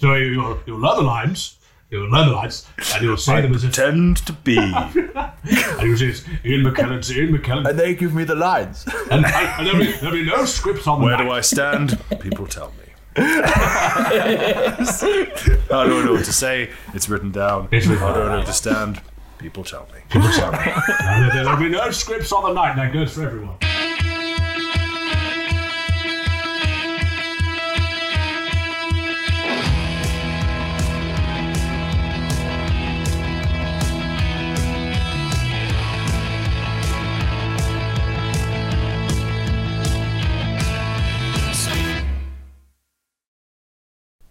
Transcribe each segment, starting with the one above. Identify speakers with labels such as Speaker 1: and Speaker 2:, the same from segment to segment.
Speaker 1: to your, your leather lines, your leather lines, and he will say them as if,
Speaker 2: Tend to be. and
Speaker 1: and he will say, it's Ian McKellen's Ian McKellen.
Speaker 3: And they give me the lines.
Speaker 1: And, and there'll, be, there'll be no script on
Speaker 2: Where
Speaker 1: that.
Speaker 2: do I stand? People tell me. I don't know what to say. It's written down. I
Speaker 1: It's written
Speaker 2: don't
Speaker 1: down.
Speaker 2: know what to stand. People tell me.
Speaker 1: And there- There'll be no scripts on the night, and that goes for everyone.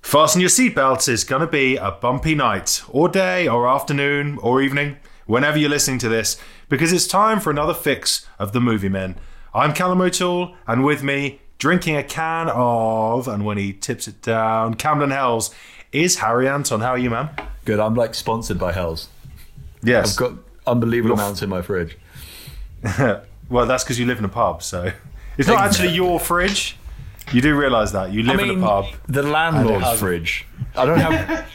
Speaker 2: Fasten your seatbelts. It's going to be a bumpy night, or day, or afternoon, or evening, whenever you're listening to this, because it's time for another fix of the Movie Men. I'm Callum O'Toole, and with me, drinking a can of, and when he tips it down, Camden Hells, is Harry Anton. How are you, man?
Speaker 3: Good. I'm like sponsored by Hell's.
Speaker 2: Yes.
Speaker 3: I've got unbelievable amounts in my fridge.
Speaker 2: well, that's because you live in a pub, so it's not actually your fridge. You do realise that you live in a pub.
Speaker 3: the landlord's fridge. I don't have.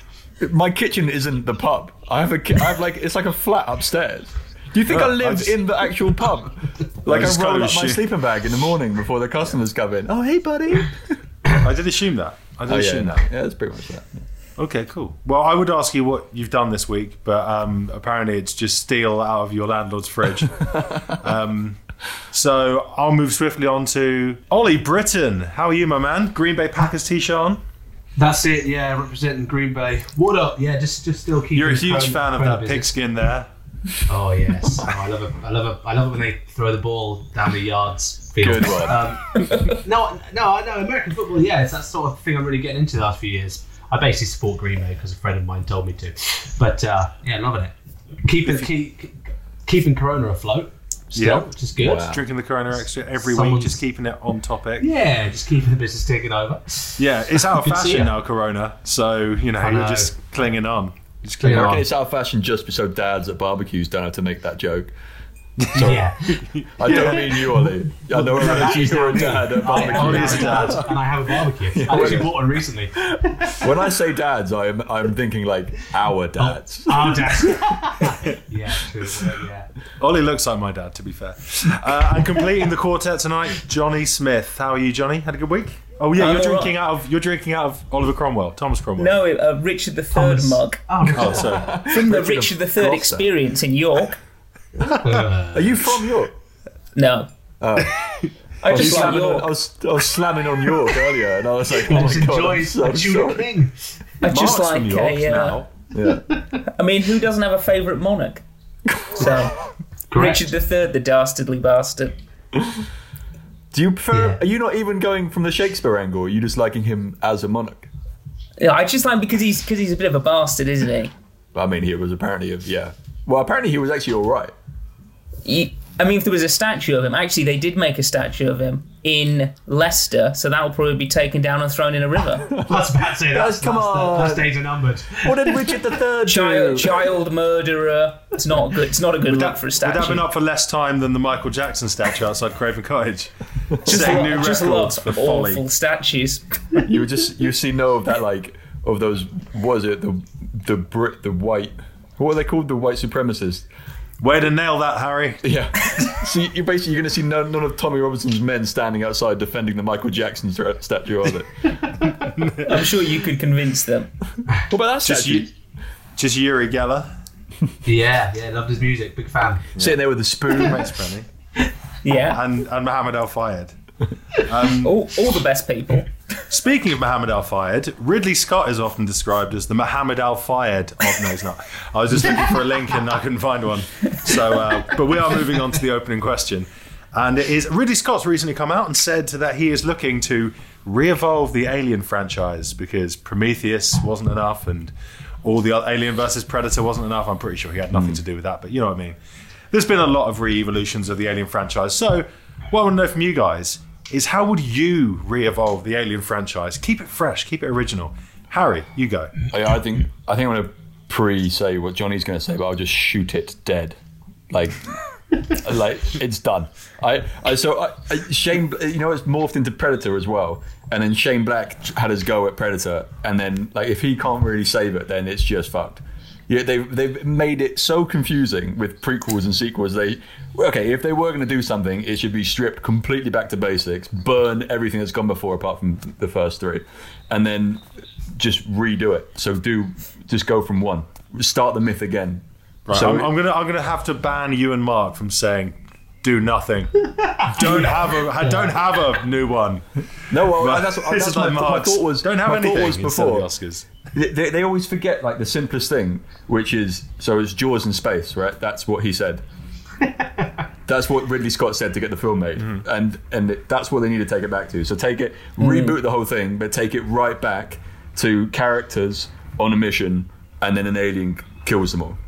Speaker 3: my kitchen isn't the pub. I have a. ki- I have like it's like a flat upstairs. Do you think I
Speaker 2: Well, I
Speaker 3: live
Speaker 2: just-
Speaker 3: in the actual pub? Like I,
Speaker 2: just
Speaker 3: roll
Speaker 2: kinda
Speaker 3: up my
Speaker 2: assume-
Speaker 3: sleeping bag in the morning before the customers come in. Oh hey buddy.
Speaker 2: I did assume that. I did
Speaker 3: Oh, yeah,
Speaker 2: assume
Speaker 3: no.
Speaker 2: that.
Speaker 3: yeah, that's pretty much that.
Speaker 2: Okay, cool. Well, I would ask you what you've done this week, but um, apparently it's just steal out of your landlord's fridge. um, so I'll move swiftly on to Ollie Britton. How are you, my man? Green Bay Packers T-Sean.
Speaker 4: That's it, yeah, representing Green Bay. What up? Yeah, just just still keeping.
Speaker 2: You're a huge
Speaker 4: Chrome-
Speaker 2: fan of
Speaker 4: Chrome
Speaker 2: that
Speaker 4: busy.
Speaker 2: pigskin there.
Speaker 4: Oh yes, oh, I love it. I love it. I love it when they throw the ball down the yards. Field.
Speaker 3: Good one.
Speaker 4: Um, no, no, I know American football. Yeah, it's that sort of thing I'm really getting into the last few years. I basically support Green Bay because a friend of mine told me to. But uh, yeah, loving it. Keeping keep, keeping Corona afloat. Still,
Speaker 2: Yeah.
Speaker 4: which is good.
Speaker 3: Wow.
Speaker 2: Drinking the Corona Extra every week,
Speaker 4: Someone's-
Speaker 2: just keeping it on topic.
Speaker 4: Yeah, just keeping the business taking over.
Speaker 2: Yeah, it's out of
Speaker 4: Good to see
Speaker 2: fashion
Speaker 4: ya.
Speaker 2: now, Corona. So you know, you're
Speaker 4: know.
Speaker 2: just clinging on. Just
Speaker 4: You
Speaker 2: clinging
Speaker 4: know,
Speaker 2: on.
Speaker 3: And it's out of fashion just so dads at barbecues don't have to make that joke.
Speaker 4: yeah.
Speaker 3: I don't mean you, Ollie. I know you're a dad at
Speaker 4: I am
Speaker 3: barbecues.
Speaker 2: is a
Speaker 4: now,
Speaker 2: dad.
Speaker 4: And I have a barbecue. I actually bought one recently.
Speaker 3: When I say dads, I'm I'm thinking like our dads.
Speaker 4: Our dad. yeah, true. whatever, Yeah.
Speaker 2: Ollie looks like my dad, to be fair. Uh, and completing the quartet tonight, Johnny Smith. How are you, Johnny? Had a good week? Oh yeah,
Speaker 5: I'm
Speaker 2: you're
Speaker 5: all
Speaker 2: drinking
Speaker 5: right.
Speaker 2: out of you're drinking out of Oliver Cromwell, Thomas Cromwell.
Speaker 5: Uh, No, uh, Richard the Third mug
Speaker 2: Oh, sorry.
Speaker 5: from the Richard the Third
Speaker 3: Gloucester.
Speaker 5: experience in York.
Speaker 3: Oh, Are you from York?
Speaker 5: No,
Speaker 2: Oh.
Speaker 5: I
Speaker 3: I was,
Speaker 5: just like
Speaker 3: slamming on,
Speaker 5: York.
Speaker 3: I, was, I was slamming on York earlier, and I was like, "Oh my
Speaker 4: Just
Speaker 3: god, I'm
Speaker 4: enjoys
Speaker 3: so
Speaker 4: the Tudor
Speaker 3: sorry."
Speaker 4: King.
Speaker 5: I just
Speaker 2: Mark's
Speaker 5: like
Speaker 2: from York
Speaker 5: a, uh,
Speaker 2: now.
Speaker 3: Yeah.
Speaker 5: I mean, who doesn't have a favourite monarch? So
Speaker 4: Correct.
Speaker 5: Richard the Third, the dastardly bastard.
Speaker 3: Do you prefer?
Speaker 4: Yeah.
Speaker 3: Are you not even going from the Shakespeare angle? Are you just liking him as a monarch?
Speaker 5: Yeah, I just like him because he's because he's a bit of a bastard, isn't he?
Speaker 3: I mean, he was apparently of yeah. Well, apparently he was actually all right.
Speaker 5: You- I mean, if there was a statue of him, actually, they did make a statue of him in Leicester, so that will probably be taken down and thrown in a river.
Speaker 4: That's about to say that. That's,
Speaker 3: Guys, come
Speaker 4: that's
Speaker 3: on.
Speaker 4: The, that's days are numbered.
Speaker 3: What did Richard the Third do?
Speaker 5: Child, child murderer. It's not good. It's not a good look
Speaker 2: That,
Speaker 5: for
Speaker 2: would
Speaker 5: a
Speaker 2: that have
Speaker 5: statue.
Speaker 2: been up for less time than the Michael Jackson statue outside Craven Cottage? Setting new records
Speaker 5: just lots
Speaker 2: for
Speaker 5: of
Speaker 2: folly.
Speaker 5: awful statues.
Speaker 3: You would just you see no of that like of those was it the the Brit the white what are they called the white supremacists
Speaker 2: Way to nail that, Harry.
Speaker 3: yeah so you- you're basically you're gonna see none, none of Tommy Robinson's men standing outside defending the Michael Jackson thre- statue are they?
Speaker 5: I'm sure you could convince them.
Speaker 3: What about that
Speaker 2: Just,
Speaker 3: statue?
Speaker 2: Yu- just Yuri Geller.
Speaker 4: Yeah, yeah, loved his music. Big fan.
Speaker 3: Sitting there with a spoon.
Speaker 2: Thanks, Brenny.
Speaker 5: Yeah.
Speaker 2: And and Mohammed Al Fayed.
Speaker 5: All, all the best people.
Speaker 2: Speaking of Mohammed Al Fayed, Ridley Scott is often described as the Mohammed Al Fayed. of no, he's not. I was just looking for a link and I couldn't find one. So, uh, but we are moving on to the opening question, and it is Ridley Scott's recently come out and said that he is looking to re-evolve the Alien franchise because Prometheus wasn't enough and all the other Alien versus Predator wasn't enough. I'm pretty sure he had nothing to do with that, but you know what I mean. There's been a lot of re-evolutions of the Alien franchise. So, what I want to know from you guys is how would you re-evolve the Alien franchise? Keep it fresh, keep it original. Harry, you go.
Speaker 3: Oh, I, I think I think I'm gonna pre say what Johnny's gonna say, but I'll just shoot it dead. Like like it's done. I, I so I, I, Shane, you know, it's morphed into Predator as well. And then Shane Black had his go at Predator, and then like if he can't really save it, then it's just fucked. Yeah, they they've made it so confusing with prequels and sequels. They okay, if they were going to do something, it should be stripped completely back to basics, burn everything that's gone before apart from th- the first three, and then just redo it. So do just go from one, start the myth again.
Speaker 2: Right,
Speaker 3: So-
Speaker 2: I'm, I'm gonna I'm gonna have to ban you and Mark from saying do nothing. don't have a ha- don't have a new one.
Speaker 3: No, well, that's, what-
Speaker 2: This
Speaker 3: that's
Speaker 2: is
Speaker 3: my,
Speaker 2: like
Speaker 3: my
Speaker 2: Mark's.
Speaker 3: thought was.
Speaker 2: don't have
Speaker 3: my
Speaker 2: anything
Speaker 3: Thought was
Speaker 2: instead of
Speaker 3: before
Speaker 2: the Oscars.
Speaker 3: they, they, they always forget like the simplest thing, which is so it's Jaws in space, right? That's what he said. that's what Ridley Scott said to get the film made,
Speaker 2: Mm-hmm.
Speaker 3: and and it- that's what they need to take it back to. So take it,
Speaker 2: Mm.
Speaker 3: reboot the whole thing, but take it right back to characters on a mission, and then an alien kills them all.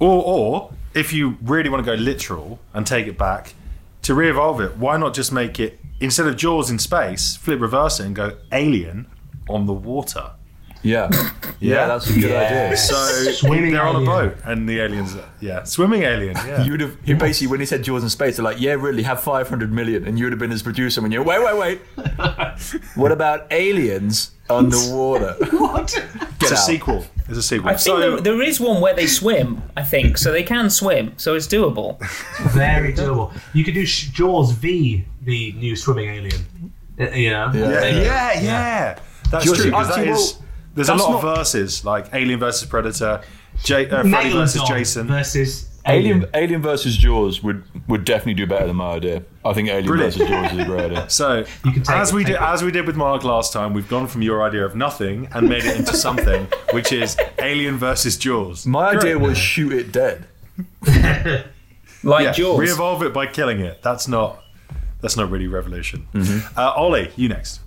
Speaker 2: Or, or if you really want to go literal and take it back, to re evolve it, why not just make it instead of Jaws in space, flip reverse it and go Alien on the water?
Speaker 3: Yeah, yeah, that's a good
Speaker 4: Yes.
Speaker 2: So
Speaker 4: Swimming
Speaker 2: they're on a
Speaker 4: alien.
Speaker 2: boat and the aliens, are- yeah, swimming alien, yeah.
Speaker 3: idea. You'd have you basically when he said Jaws in space, they're like, yeah, really, have five hundred million, and you would have been his producer when you're wait, wait, wait. what about aliens underwater?
Speaker 4: What?
Speaker 2: it's a
Speaker 3: out.
Speaker 2: sequel. It's a sequel.
Speaker 5: I think
Speaker 2: so
Speaker 5: there, there is one where they swim. I think so. They can swim, so it's doable.
Speaker 4: Very doable. You could do Sh- Jaws v the new swimming alien. Uh, you know.
Speaker 2: yeah,
Speaker 3: Yeah.
Speaker 2: yeah, yeah, That's
Speaker 3: Jaws-
Speaker 2: true. 'cause that
Speaker 3: actually,
Speaker 2: is-
Speaker 3: well,
Speaker 2: there's a
Speaker 3: that's
Speaker 2: lot of
Speaker 3: not-
Speaker 2: verses like Alien versus Predator, J- uh, Freddy
Speaker 4: Megalodon
Speaker 2: versus Jason.
Speaker 4: versus alien.
Speaker 3: Alien, Alien versus Jaws would, would definitely do better than my idea. I think Alien
Speaker 2: Brilliant.
Speaker 3: versus Jaws is a great idea.
Speaker 2: So
Speaker 4: You can take
Speaker 2: as
Speaker 4: it,
Speaker 2: we
Speaker 4: take
Speaker 2: did,
Speaker 4: it.
Speaker 2: as we did with Mark last time, we've gone from your idea of nothing and made it into something, which is Alien versus Jaws.
Speaker 3: My
Speaker 2: Great.
Speaker 3: idea was shoot it dead.
Speaker 5: Like
Speaker 2: yeah,
Speaker 5: Jaws.
Speaker 2: re-evolve it by killing it. That's not that's not really revolution. Uh, Ollie, you next.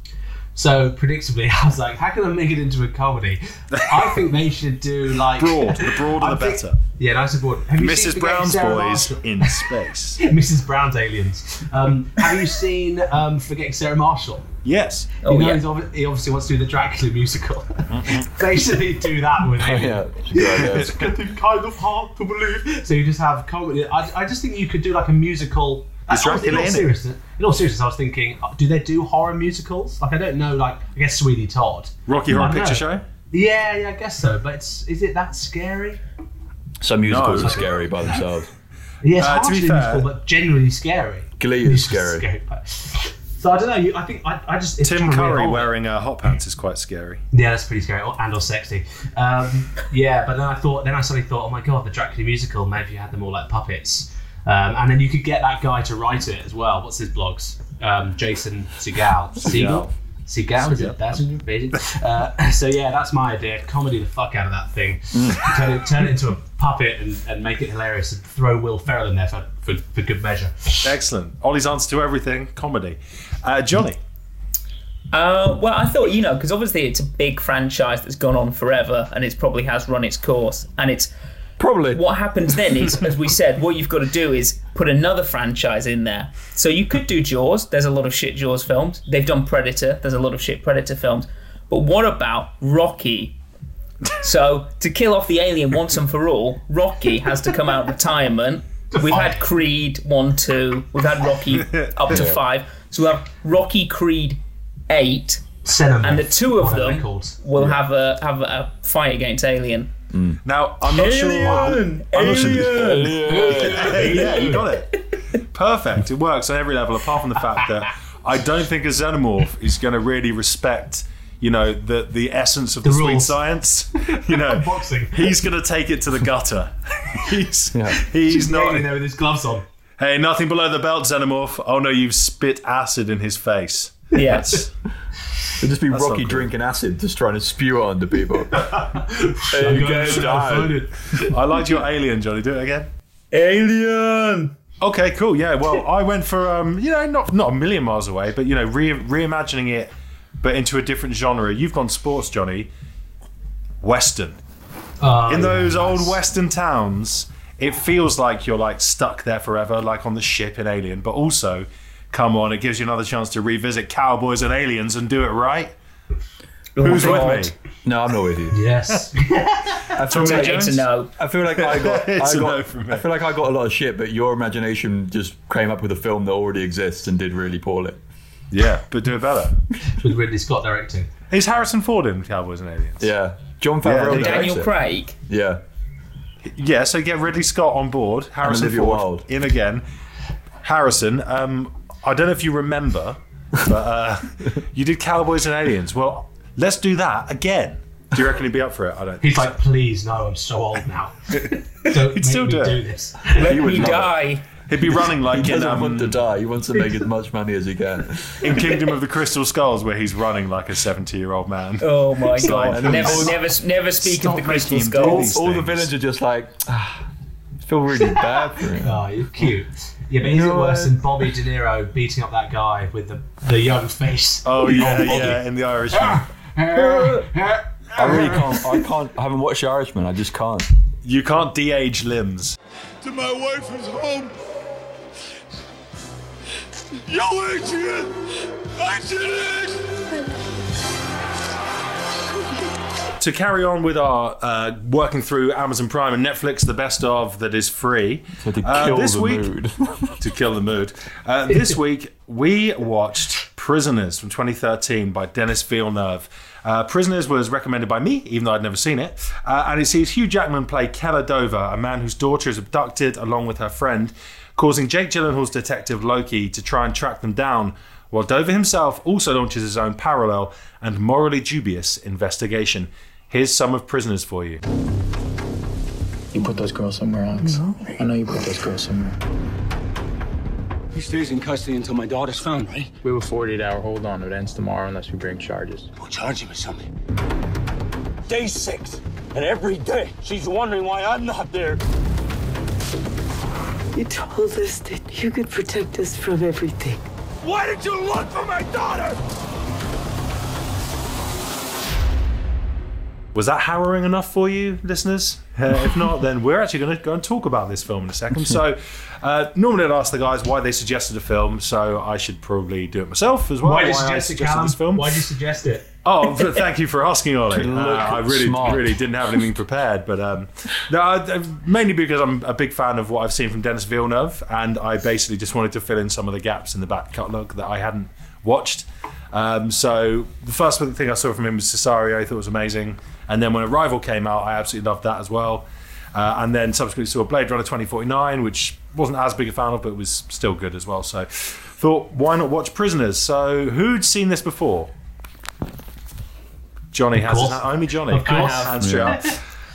Speaker 4: So predictably, I was like, "How can I make it into a comedy?" I think they should do like
Speaker 2: Broad, the broader the
Speaker 4: I'm think-
Speaker 2: better.
Speaker 4: Yeah, nice and broad. Have you seen
Speaker 2: Mrs.
Speaker 4: Forgetting
Speaker 2: Brown's
Speaker 4: Sarah
Speaker 2: boys
Speaker 4: Marshall?
Speaker 2: in space.
Speaker 4: Mrs. Brown's aliens. Um, have you seen um, Forgetting Sarah Marshall?
Speaker 2: Yes.
Speaker 5: oh
Speaker 4: you know,
Speaker 5: yeah.
Speaker 4: he's ob- he obviously wants to do the Dracula musical.
Speaker 2: Mm-hmm.
Speaker 4: they should do that with
Speaker 2: Oh,
Speaker 4: him.
Speaker 3: Yeah, it's a good idea.
Speaker 4: It's getting kind of hard to believe. So you just have comedy. I, I just think you could do like a musical.
Speaker 2: Is
Speaker 4: I was- in,
Speaker 2: Dracula
Speaker 4: all
Speaker 2: in it?
Speaker 4: seriousness, in all seriousness, I was thinking, uh, do they do horror musicals? Like I don't know. Like I guess Sweeney Todd.
Speaker 2: Rocky Horror
Speaker 4: I know.
Speaker 2: Picture Show.
Speaker 4: Yeah, yeah, I guess so. But it's, is it that scary?
Speaker 3: Some musicals
Speaker 2: No.
Speaker 3: are scary by themselves.
Speaker 4: Yeah, it's
Speaker 2: Uh,
Speaker 4: hard
Speaker 2: to
Speaker 4: to
Speaker 2: be
Speaker 4: be
Speaker 2: fair-
Speaker 4: musical, but generally scary.
Speaker 3: Glee is scary.
Speaker 4: but- So I don't know. You, I think I, I just it's
Speaker 2: Tim
Speaker 4: trying to be
Speaker 2: Curry
Speaker 4: old.
Speaker 2: wearing uh, hot pants is quite scary.
Speaker 4: Yeah, that's pretty scary, or- and or sexy. Um, yeah, but then I thought, then I suddenly thought, oh my god, the Dracula musical. Maybe you had them all like puppets, um, and then you could get that guy to write it as well. What's his blogs? Um, Jason Segal. Segal. Segal is it? That's what you're reading? Uh, so yeah, that's my idea. Comedy the fuck out of that thing.
Speaker 5: Mm.
Speaker 4: turn it turn it into a puppet and, and make it hilarious, and throw Will Ferrell in there for, for, for good measure.
Speaker 2: Excellent. Ollie's answer to everything: comedy. Uh, Johnny.
Speaker 5: Uh, well, I thought you know because obviously it's a big franchise that's gone on forever, and it's probably has run its course, and it's
Speaker 3: Probably.
Speaker 5: what happens then is, as we said, what you've got to do is put another franchise in there. So you could do Jaws. There's a lot of shit Jaws films. They've done Predator. There's a lot of shit Predator films. But what about Rocky? So to kill off the alien once and for all, Rocky has to come out of retirement. We've had Creed one, two. We've had Rocky up to five. So we'll have Rocky Creed eight,
Speaker 4: Cinnamon.
Speaker 5: and the two of
Speaker 4: whatever they're
Speaker 5: them
Speaker 4: called.
Speaker 5: will have a have a fight against Alien.
Speaker 2: Now I'm not sure. I'm not sure- yeah, you got it. Perfect. It works on every level, apart from the fact that I don't think a xenomorph is going to really respect, you know, the the essence of the, street
Speaker 4: rules.
Speaker 2: science. You know,
Speaker 4: Boxing.
Speaker 2: he's going to take it to the gutter. he's
Speaker 3: Yeah.
Speaker 2: he's not.
Speaker 4: in there with his gloves on.
Speaker 2: Hey, nothing below the belt, xenomorph. Oh no, you've spit acid in his face.
Speaker 5: Yes.
Speaker 3: It'd just be
Speaker 2: not
Speaker 3: Rocky
Speaker 2: cool.
Speaker 3: drinking acid, just trying to spew it onto people. There you go, Dan.
Speaker 2: I liked your alien, Johnny. Do it again.
Speaker 5: Alien.
Speaker 2: Okay, cool. Yeah, well, I went for um, you know, not not a million miles away, but you know, re- reimagining it, but into a different genre. You've gone sports, Johnny. Western.
Speaker 4: Oh,
Speaker 2: In
Speaker 4: yeah,
Speaker 2: those
Speaker 4: nice.
Speaker 2: old Western towns, it feels like you're like stuck there forever, like on the ship in Alien. But also, come on, it gives you another chance to revisit cowboys and aliens and do it right. Who's with
Speaker 5: my God.
Speaker 2: me?
Speaker 3: No, I'm not with you.
Speaker 4: Yes.
Speaker 3: I feel,
Speaker 5: It's
Speaker 3: like,
Speaker 5: a- It's a no.
Speaker 3: I feel like I got.
Speaker 2: It's
Speaker 3: I,
Speaker 2: a
Speaker 3: got
Speaker 2: no from me.
Speaker 3: I feel like I got a lot of shit, but your imagination just came up with a film that already exists and did really poorly.
Speaker 2: Yeah, but do it better.
Speaker 4: With Ridley Scott directing.
Speaker 2: Is Harrison Ford in Cowboys and Aliens?
Speaker 3: Yeah, John
Speaker 2: Yeah,
Speaker 3: Favreau.
Speaker 2: they-
Speaker 3: directs
Speaker 5: Daniel
Speaker 3: it.
Speaker 5: Craig.
Speaker 3: Yeah,
Speaker 2: Yeah, so get Ridley Scott on board, Harrison
Speaker 3: Olivia
Speaker 2: Ford
Speaker 3: Wilde.
Speaker 2: in again. Harrison, um, I don't know if you remember, but uh, you did Cowboys and Aliens. Well, let's do that again. Do you reckon he'd be up for it? I don't.
Speaker 4: He's like, please, no, I'm so old now. Don't make
Speaker 2: still
Speaker 4: me
Speaker 2: do it.
Speaker 4: do this.
Speaker 5: Let
Speaker 3: would
Speaker 5: me
Speaker 3: love it.
Speaker 5: die.
Speaker 2: He'd be running like
Speaker 3: he
Speaker 2: in,
Speaker 3: doesn't want to
Speaker 2: um,
Speaker 3: die. He wants to make as much money as he can.
Speaker 2: in Kingdom of the Crystal Skulls, where he's running like a seventy-year-old man.
Speaker 5: Oh my god!
Speaker 2: and
Speaker 5: Never,
Speaker 2: he's-
Speaker 5: never, never speak
Speaker 2: Stop
Speaker 5: of the crystal
Speaker 2: making him do
Speaker 5: skull.
Speaker 2: these
Speaker 3: All the
Speaker 2: things.
Speaker 3: villains are just like, ah, I feel really bad for him.
Speaker 4: Oh, you're cute. Yeah, but is it worse than Bobby De Niro beating up that guy with the, the young face?
Speaker 2: Oh yeah, yeah, in the Irishman.
Speaker 3: I really can't. I can't. I haven't watched The Irishman. I just can't.
Speaker 2: You can't de-age limbs.
Speaker 6: to my wife is home. Yo, Adrian! Adrian!
Speaker 2: To carry on with our uh, working through Amazon Prime and Netflix, the best of that is free.
Speaker 3: So to kill
Speaker 2: Uh, this
Speaker 3: the
Speaker 2: week,
Speaker 3: mood.
Speaker 2: to kill the mood. Uh, this week, we watched Prisoners from 2013 by Dennis Villeneuve. Uh, Prisoners was recommended by me, even though I'd never seen it. Uh, and it sees Hugh Jackman play Keller Dover, a man whose daughter is abducted along with her friend, causing Jake Gyllenhaal's detective Loki to try and track them down, while Dover himself also launches his own parallel and morally dubious investigation. Here's some of Prisoners for you.
Speaker 7: You put those girls somewhere, Alex. I know you put those girls somewhere.
Speaker 8: He stays in custody until my daughter's found, right?
Speaker 7: We have a 48 hour hold on. It ends tomorrow unless we bring charges.
Speaker 8: We'll charge you with something. Day six, and every day she's wondering why I'm not there.
Speaker 9: You told us that you could protect us from everything.
Speaker 6: Why did you look for my daughter?
Speaker 2: Was that harrowing enough for you, listeners? Uh, if not, then we're actually going to go and talk about this film in a second. So, uh, normally I'd ask the guys why they suggested a film, so I should probably do it myself as well.
Speaker 4: Why did you
Speaker 2: I
Speaker 4: suggest it, Callum?
Speaker 2: this film?
Speaker 4: Why did you suggest it?
Speaker 2: Oh, but thank you for asking, Ollie. Uh,
Speaker 3: look
Speaker 2: I really,
Speaker 3: smart.
Speaker 2: really didn't have anything prepared, but um, no, I, I- mainly because I'm a big fan of what I've seen from Dennis Villeneuve, and I basically just wanted to fill in some of the gaps in the back catalogue that I hadn't watched. Um, so the first thing I saw from him was Cesario. I thought was amazing, and then when Arrival came out, I absolutely loved that as well. Uh, and then subsequently saw Blade Runner 2049, which wasn't as big a fan of, but was still good as well. So thought, why not watch Prisoners? So who'd seen this before? Johnny has his
Speaker 4: course.
Speaker 2: hand. Only Johnny.
Speaker 4: Of course.
Speaker 2: Hands straight up.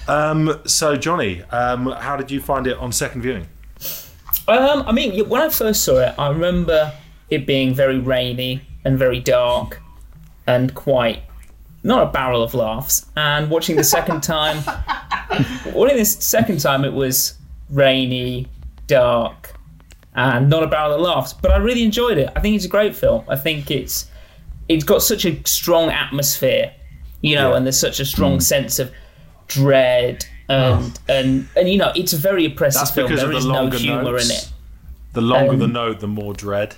Speaker 2: Um, so Johnny, um, how did you find it on second viewing?
Speaker 5: Um, I mean, yeah, when I first saw it, I remember it being very rainy and very dark, and quite not a barrel of laughs. And watching the second time, watching this second time, it was rainy, dark, and not a barrel of laughs. But I really enjoyed it. I think it's a great film. I think it's it's got such a strong atmosphere, you know, and there's such a strong sense of dread. And, and and you know it's a very oppressive
Speaker 2: That's
Speaker 5: film.
Speaker 2: because
Speaker 5: There
Speaker 2: of
Speaker 5: is
Speaker 2: the
Speaker 5: no
Speaker 2: longer
Speaker 5: humor
Speaker 2: notes.
Speaker 5: in it.
Speaker 2: The longer
Speaker 5: Um,
Speaker 2: the note, the more dread.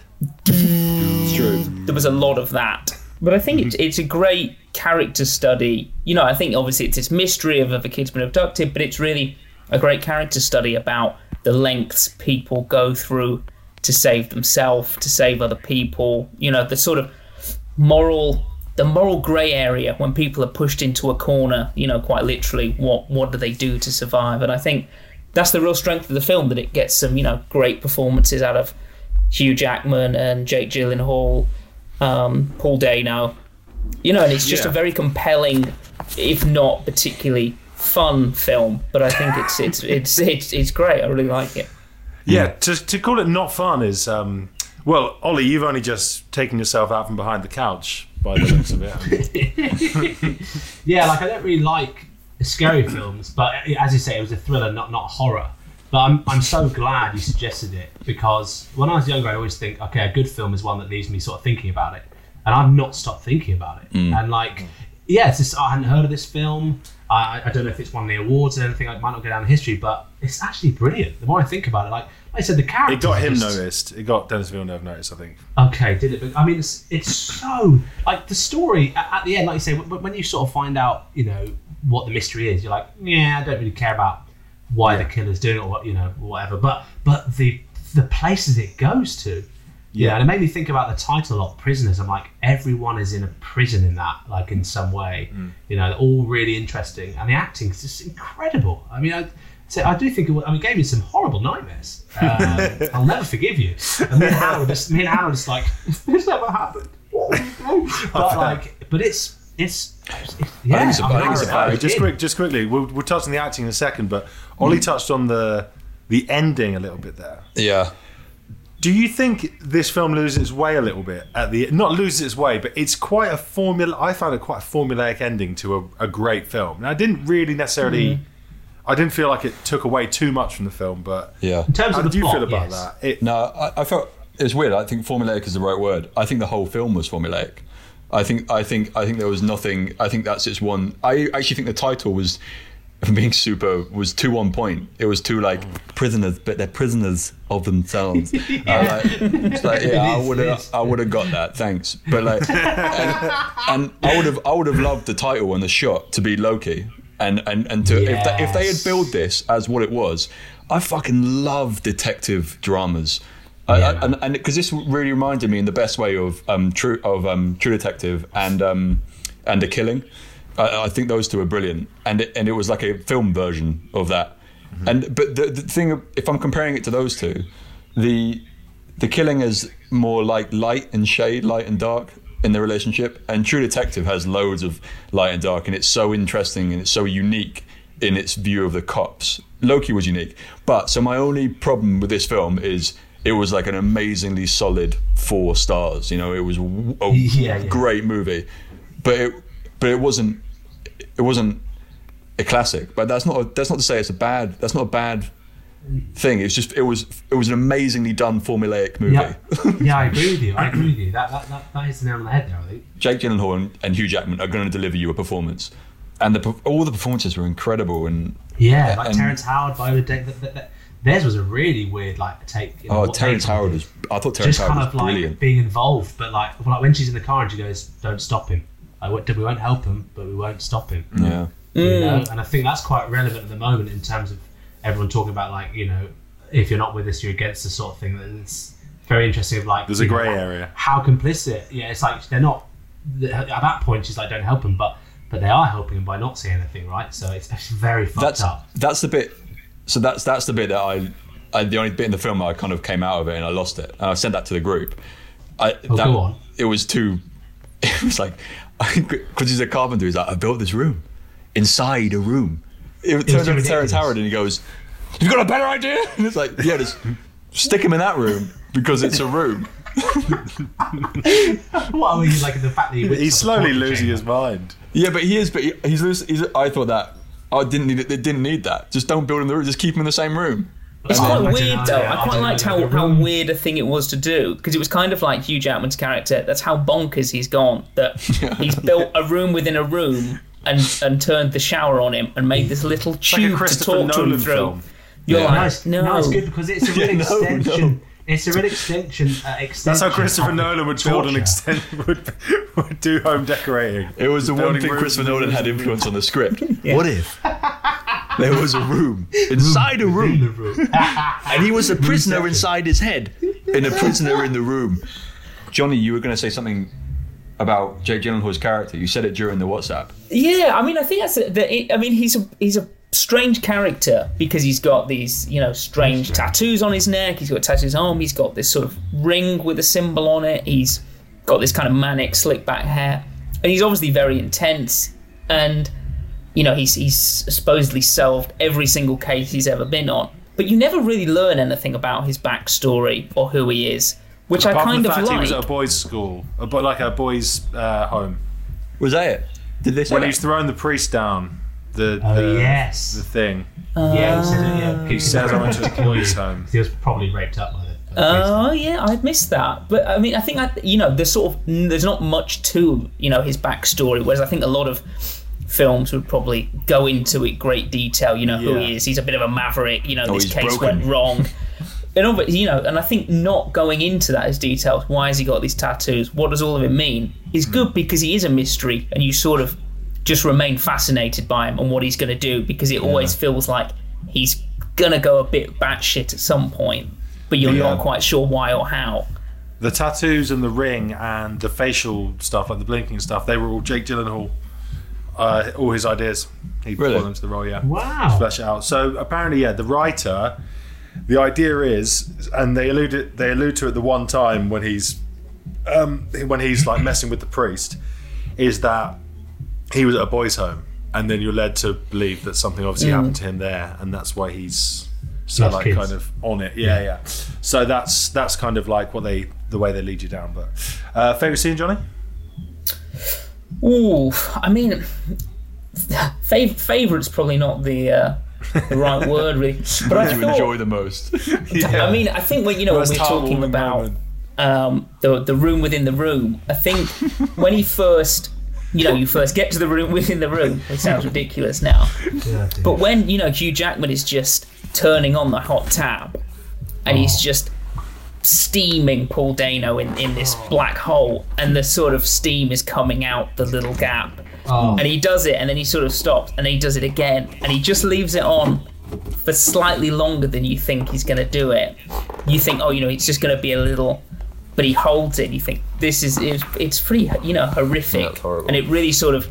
Speaker 5: there was a lot of that. Mm-hmm. But I think it's, it's a great character study. You know, I think obviously it's this mystery of if a kid's been abducted, but it's really a great character study about the lengths people go through to save themselves, to save other people. You know, the sort of moral, the moral grey area when people are pushed into a corner. You know, quite literally, what what do they do to survive? And I think that's the real strength of the film that it gets some you know great performances out of Hugh Jackman and Jake Gyllenhaal, um, Paul Dano. You know, and it's just
Speaker 2: Yeah.
Speaker 5: a very compelling, if not particularly fun film. But I think it's it's it's it's, it's great. I really like it.
Speaker 2: Yeah, to, to call it not fun is um, well, Ollie, you've only just taken yourself out from behind the couch by the looks of it.
Speaker 4: Yeah, like I don't really like scary films, but eh, as you say, it was a thriller, not not a horror. But I'm, I'm so glad you suggested it because when I was younger, I always think, okay, a good film is one that leaves me sort of thinking about it, and I've not stopped thinking about it.
Speaker 2: Mm.
Speaker 4: And like, yeah, it's just, I hadn't heard of this film. I, I- I don't know if it's won the awards or anything. I might not go down in history, but it's actually brilliant. The more I think about it, like, I said the character.
Speaker 2: It got him noticed. It got Dennis Villeneuve noticed, I think.
Speaker 4: Okay, did it? But I mean, it's, it's so like the story a- at the end. Like you say, when, when you sort of find out, you know, what the mystery is, you're like, yeah, I don't really care about why the killer's doing it or what you know, or whatever. But but the the places it goes to, yeah, and it made me think about the title a lot, prisoners. I'm like, everyone is in a prison in that, like in some way.
Speaker 3: Mm.
Speaker 4: You know, they're all really interesting, and the acting is just incredible. I mean, I. So I do think it, was, I mean, it gave me some horrible nightmares. Um, I'll never forgive you. And me and Hannah were just, me and Hannah were just like, this never happened. but like, but it's it's, it's yeah.
Speaker 3: it's a- I think it's
Speaker 4: horror-
Speaker 3: a bad-
Speaker 2: Sorry, just
Speaker 4: did.
Speaker 2: quick, just quickly. We'll, we'll touch on the acting in a second, but Ollie touched on the the ending a little bit there.
Speaker 3: Yeah.
Speaker 2: Do you think this film loses its way a little bit at the not loses its way, but it's quite a formula. I found it quite a formulaic ending to a, a great film, and I didn't really necessarily. I didn't feel like it took away too much from the film, but
Speaker 3: Yeah.
Speaker 4: In terms
Speaker 2: how
Speaker 4: of the
Speaker 2: did you
Speaker 4: plot,
Speaker 2: feel about
Speaker 4: yes.
Speaker 2: that? It,
Speaker 3: No, I, I felt it's weird. I think formulaic is the right word. I think the whole film was formulaic. I think I think I think there was nothing. I think that's its one. I actually think the title was, if I'm being super, was too on point. It was too like prisoners, but they're prisoners of themselves. yeah. like, like, yeah,
Speaker 4: It is,
Speaker 3: I would
Speaker 4: it
Speaker 3: have
Speaker 4: is.
Speaker 3: I would have got that. Thanks, but like, and, and I would have I would have loved the title and the shot to be Loki. And, and, and to if, they, if they had
Speaker 4: Yes.
Speaker 3: billed this as what it was, I fucking love detective dramas. I, I, and and because this really reminded me in the best way of um, true of um, True Detective and um, and The Killing. I, I think those two are brilliant, and it, and it was like a film version of that. And but the, the thing, if I'm comparing it to those two, the the killing is more like light and shade, light and dark in the relationship. And True Detective has loads of light and dark, and it's so interesting and it's so unique in its view of the cops. Loki was unique. But so my only problem with this film is it was like an amazingly solid four stars. You know, it was w- a
Speaker 4: Yeah, yeah.
Speaker 3: great movie, but it but it wasn't it wasn't a classic. But that's not a, that's not to say it's a bad that's not a bad thing. It's just it was it was an amazingly done formulaic movie.
Speaker 4: Yeah, yeah, I agree with you. I agree with you. That that, that, that hits the nail on the head there. I think.
Speaker 3: Jake Gyllenhaal and, and Hugh Jackman are going to deliver you a performance, and the per- all the performances were incredible. And
Speaker 4: Yeah, like
Speaker 3: and-
Speaker 4: Terrence Howard, Viola Day. That, that, that, theirs was a really weird like take. You know,
Speaker 3: oh,
Speaker 4: what they
Speaker 3: Terrence
Speaker 4: did.
Speaker 3: Howard was I thought Terrence
Speaker 4: just kind
Speaker 3: Howard was
Speaker 4: of like
Speaker 3: brilliant.
Speaker 4: being involved, but like like when she's in the car and she goes, "Don't stop him." Like, what- we won't help him, but we won't stop him.
Speaker 3: yeah,
Speaker 4: you know? And I think that's quite relevant at the moment in terms of everyone talking about like you know, if you're not with us, you're against the sort of thing. That it's very interesting. Of like,
Speaker 2: There's a
Speaker 4: you know,
Speaker 2: grey area.
Speaker 4: How complicit? Yeah, it's like they're not. At that point, she's like, "Don't help him," but but they are helping him by not saying anything, right? So it's, it's very fucked
Speaker 3: that's
Speaker 4: up.
Speaker 3: that's the bit. So that's that's the bit that I, I the only bit in the film I kind of came out of it and I lost it. And I sent that to the group. I,
Speaker 4: Oh,
Speaker 3: that,
Speaker 4: go on.
Speaker 3: It was too. It was like because he's a carpenter. He's like, I built this room inside a room. It turns over to
Speaker 4: ridiculous.
Speaker 3: Terrence Howard and he goes, "You got a better idea?" And it's like, yeah, just stick him in that room because it's a room.
Speaker 4: What I mean, like the fact that he whips
Speaker 2: he's
Speaker 4: up a
Speaker 2: slowly
Speaker 4: torture
Speaker 2: losing
Speaker 4: chamber.
Speaker 2: his mind.
Speaker 3: Yeah, but he is. But he, he's, loose- he's. I thought that I didn't need it. They didn't need that. Just don't build him the room. Just keep him in the same room.
Speaker 5: It's
Speaker 4: I
Speaker 5: quite
Speaker 4: don't know,
Speaker 5: weird though.
Speaker 4: yeah,
Speaker 5: I
Speaker 4: I
Speaker 5: quite
Speaker 4: don't
Speaker 5: liked
Speaker 4: know,
Speaker 5: how,
Speaker 4: the
Speaker 5: how
Speaker 4: room-
Speaker 5: weird a thing it was to do because it was kind of like Hugh Jackman's character. That's how bonkers he's gone. That he's built a room within a room and and turned the shower on him and made this little
Speaker 2: Like
Speaker 5: tube
Speaker 2: a
Speaker 5: to
Speaker 2: Christopher
Speaker 5: talk to him
Speaker 2: Nolan
Speaker 5: through.
Speaker 2: film.
Speaker 5: You're
Speaker 3: Yeah.
Speaker 4: No,
Speaker 5: like,
Speaker 4: it's,
Speaker 5: no,
Speaker 4: no. it's good because it's a real
Speaker 3: no,
Speaker 4: extension. It's a real extension. Uh, extension
Speaker 2: That's how Christopher
Speaker 4: of
Speaker 2: Nolan would build an
Speaker 4: torture.
Speaker 2: extent would, would do home decorating.
Speaker 3: It was the one
Speaker 2: Building
Speaker 3: thing
Speaker 2: rooms
Speaker 3: Christopher
Speaker 2: and
Speaker 3: Nolan
Speaker 2: rooms
Speaker 3: had influence on the script.
Speaker 5: Yeah.
Speaker 3: What if there was a room inside a
Speaker 4: in the
Speaker 3: room,
Speaker 4: room.
Speaker 3: and he was a prisoner inside his head, in a prisoner in the room? Johnny, you were going to say something about Jake Gyllenhaal's character. You said it during the WhatsApp.
Speaker 5: Yeah, I mean, I think that's the- the. I mean, he's a he's a strange character because he's got these you know strange tattoos on his neck. He's got tattoos on his arm. He's got this sort of ring with a symbol on it. He's got this kind of manic slick back hair, and he's obviously very intense. And you know, he's he's supposedly solved every single case he's ever been on, but you never really learn anything about his backstory or who he is, which I
Speaker 2: Apart from
Speaker 5: kind
Speaker 2: the
Speaker 5: of
Speaker 2: fact
Speaker 5: like.
Speaker 2: he was at a boys' school, a bo- like a boys' uh, home.
Speaker 3: Was that it? Did they say
Speaker 2: When
Speaker 3: that?
Speaker 2: he's thrown the priest down, the
Speaker 4: Oh,
Speaker 2: the,
Speaker 4: yes.
Speaker 2: the thing.
Speaker 4: yeah, he said it. Yeah,
Speaker 2: He says I went to a boys'
Speaker 4: you.
Speaker 2: home.
Speaker 4: He was probably raped up by the. by the
Speaker 5: Oh yeah, I missed that. But I mean, I think I, you know, there's sort of there's not much to you know his backstory. Whereas I think a lot of films would probably go into it great detail. You know who
Speaker 2: Yeah.
Speaker 5: he is. He's a bit of a maverick. You know this
Speaker 3: he's
Speaker 5: case
Speaker 3: broken.
Speaker 5: went wrong. and all, but, you know, and I think not going into that as details. Why has he got these tattoos? What does all of it mean? Is good because he is a mystery, and you sort of just remain fascinated by him and what he's going to do because it always feels like he's going to go a bit batshit at some point, but you're
Speaker 2: Yeah.
Speaker 5: not quite sure why or how.
Speaker 2: The tattoos and the ring and the facial stuff, like the blinking stuff, they were all Jake Gyllenhaal. Uh, all his ideas, he
Speaker 3: Really?
Speaker 2: brought them to the role. Yeah.
Speaker 4: Wow.
Speaker 2: flesh it out. So apparently, yeah, the writer, the idea is, and they allude it, they allude to it the one time when he's, um, when he's like messing with the priest, is that he was at a boys' home, and then you're led to believe that something
Speaker 5: Mm.
Speaker 2: obviously happened to him there, and that's why he's so
Speaker 4: Loves
Speaker 2: like
Speaker 4: kids.
Speaker 2: kind of on it. Yeah, yeah, So that's that's kind of like what they the way they lead you down. But uh, favorite scene, Johnny?
Speaker 5: Ooh, I mean, fav- favorite's probably not the, uh, the right word, really. But I
Speaker 3: you
Speaker 5: thought,
Speaker 3: enjoy the most?
Speaker 5: I mean, I think when you know when
Speaker 2: Most
Speaker 5: we're talking
Speaker 2: heartwarming
Speaker 5: about
Speaker 2: moment.
Speaker 5: um, the the room within the room, I think when he first, you know, you first get to the room within the room, it sounds ridiculous now. But when you know Hugh Jackman is just turning on the hot tap, and he's just steaming Paul Dano in, in this black hole, and the sort of steam is coming out the little gap, and he does it, and then he sort of stops, and then he does it again, and he just leaves it on for slightly longer than you think he's going to do it. You think, oh, you know, it's just going to be a little, but he holds it. And you think this is it's, it's pretty, you know, horrific,
Speaker 3: That's horrible.
Speaker 5: and it really sort of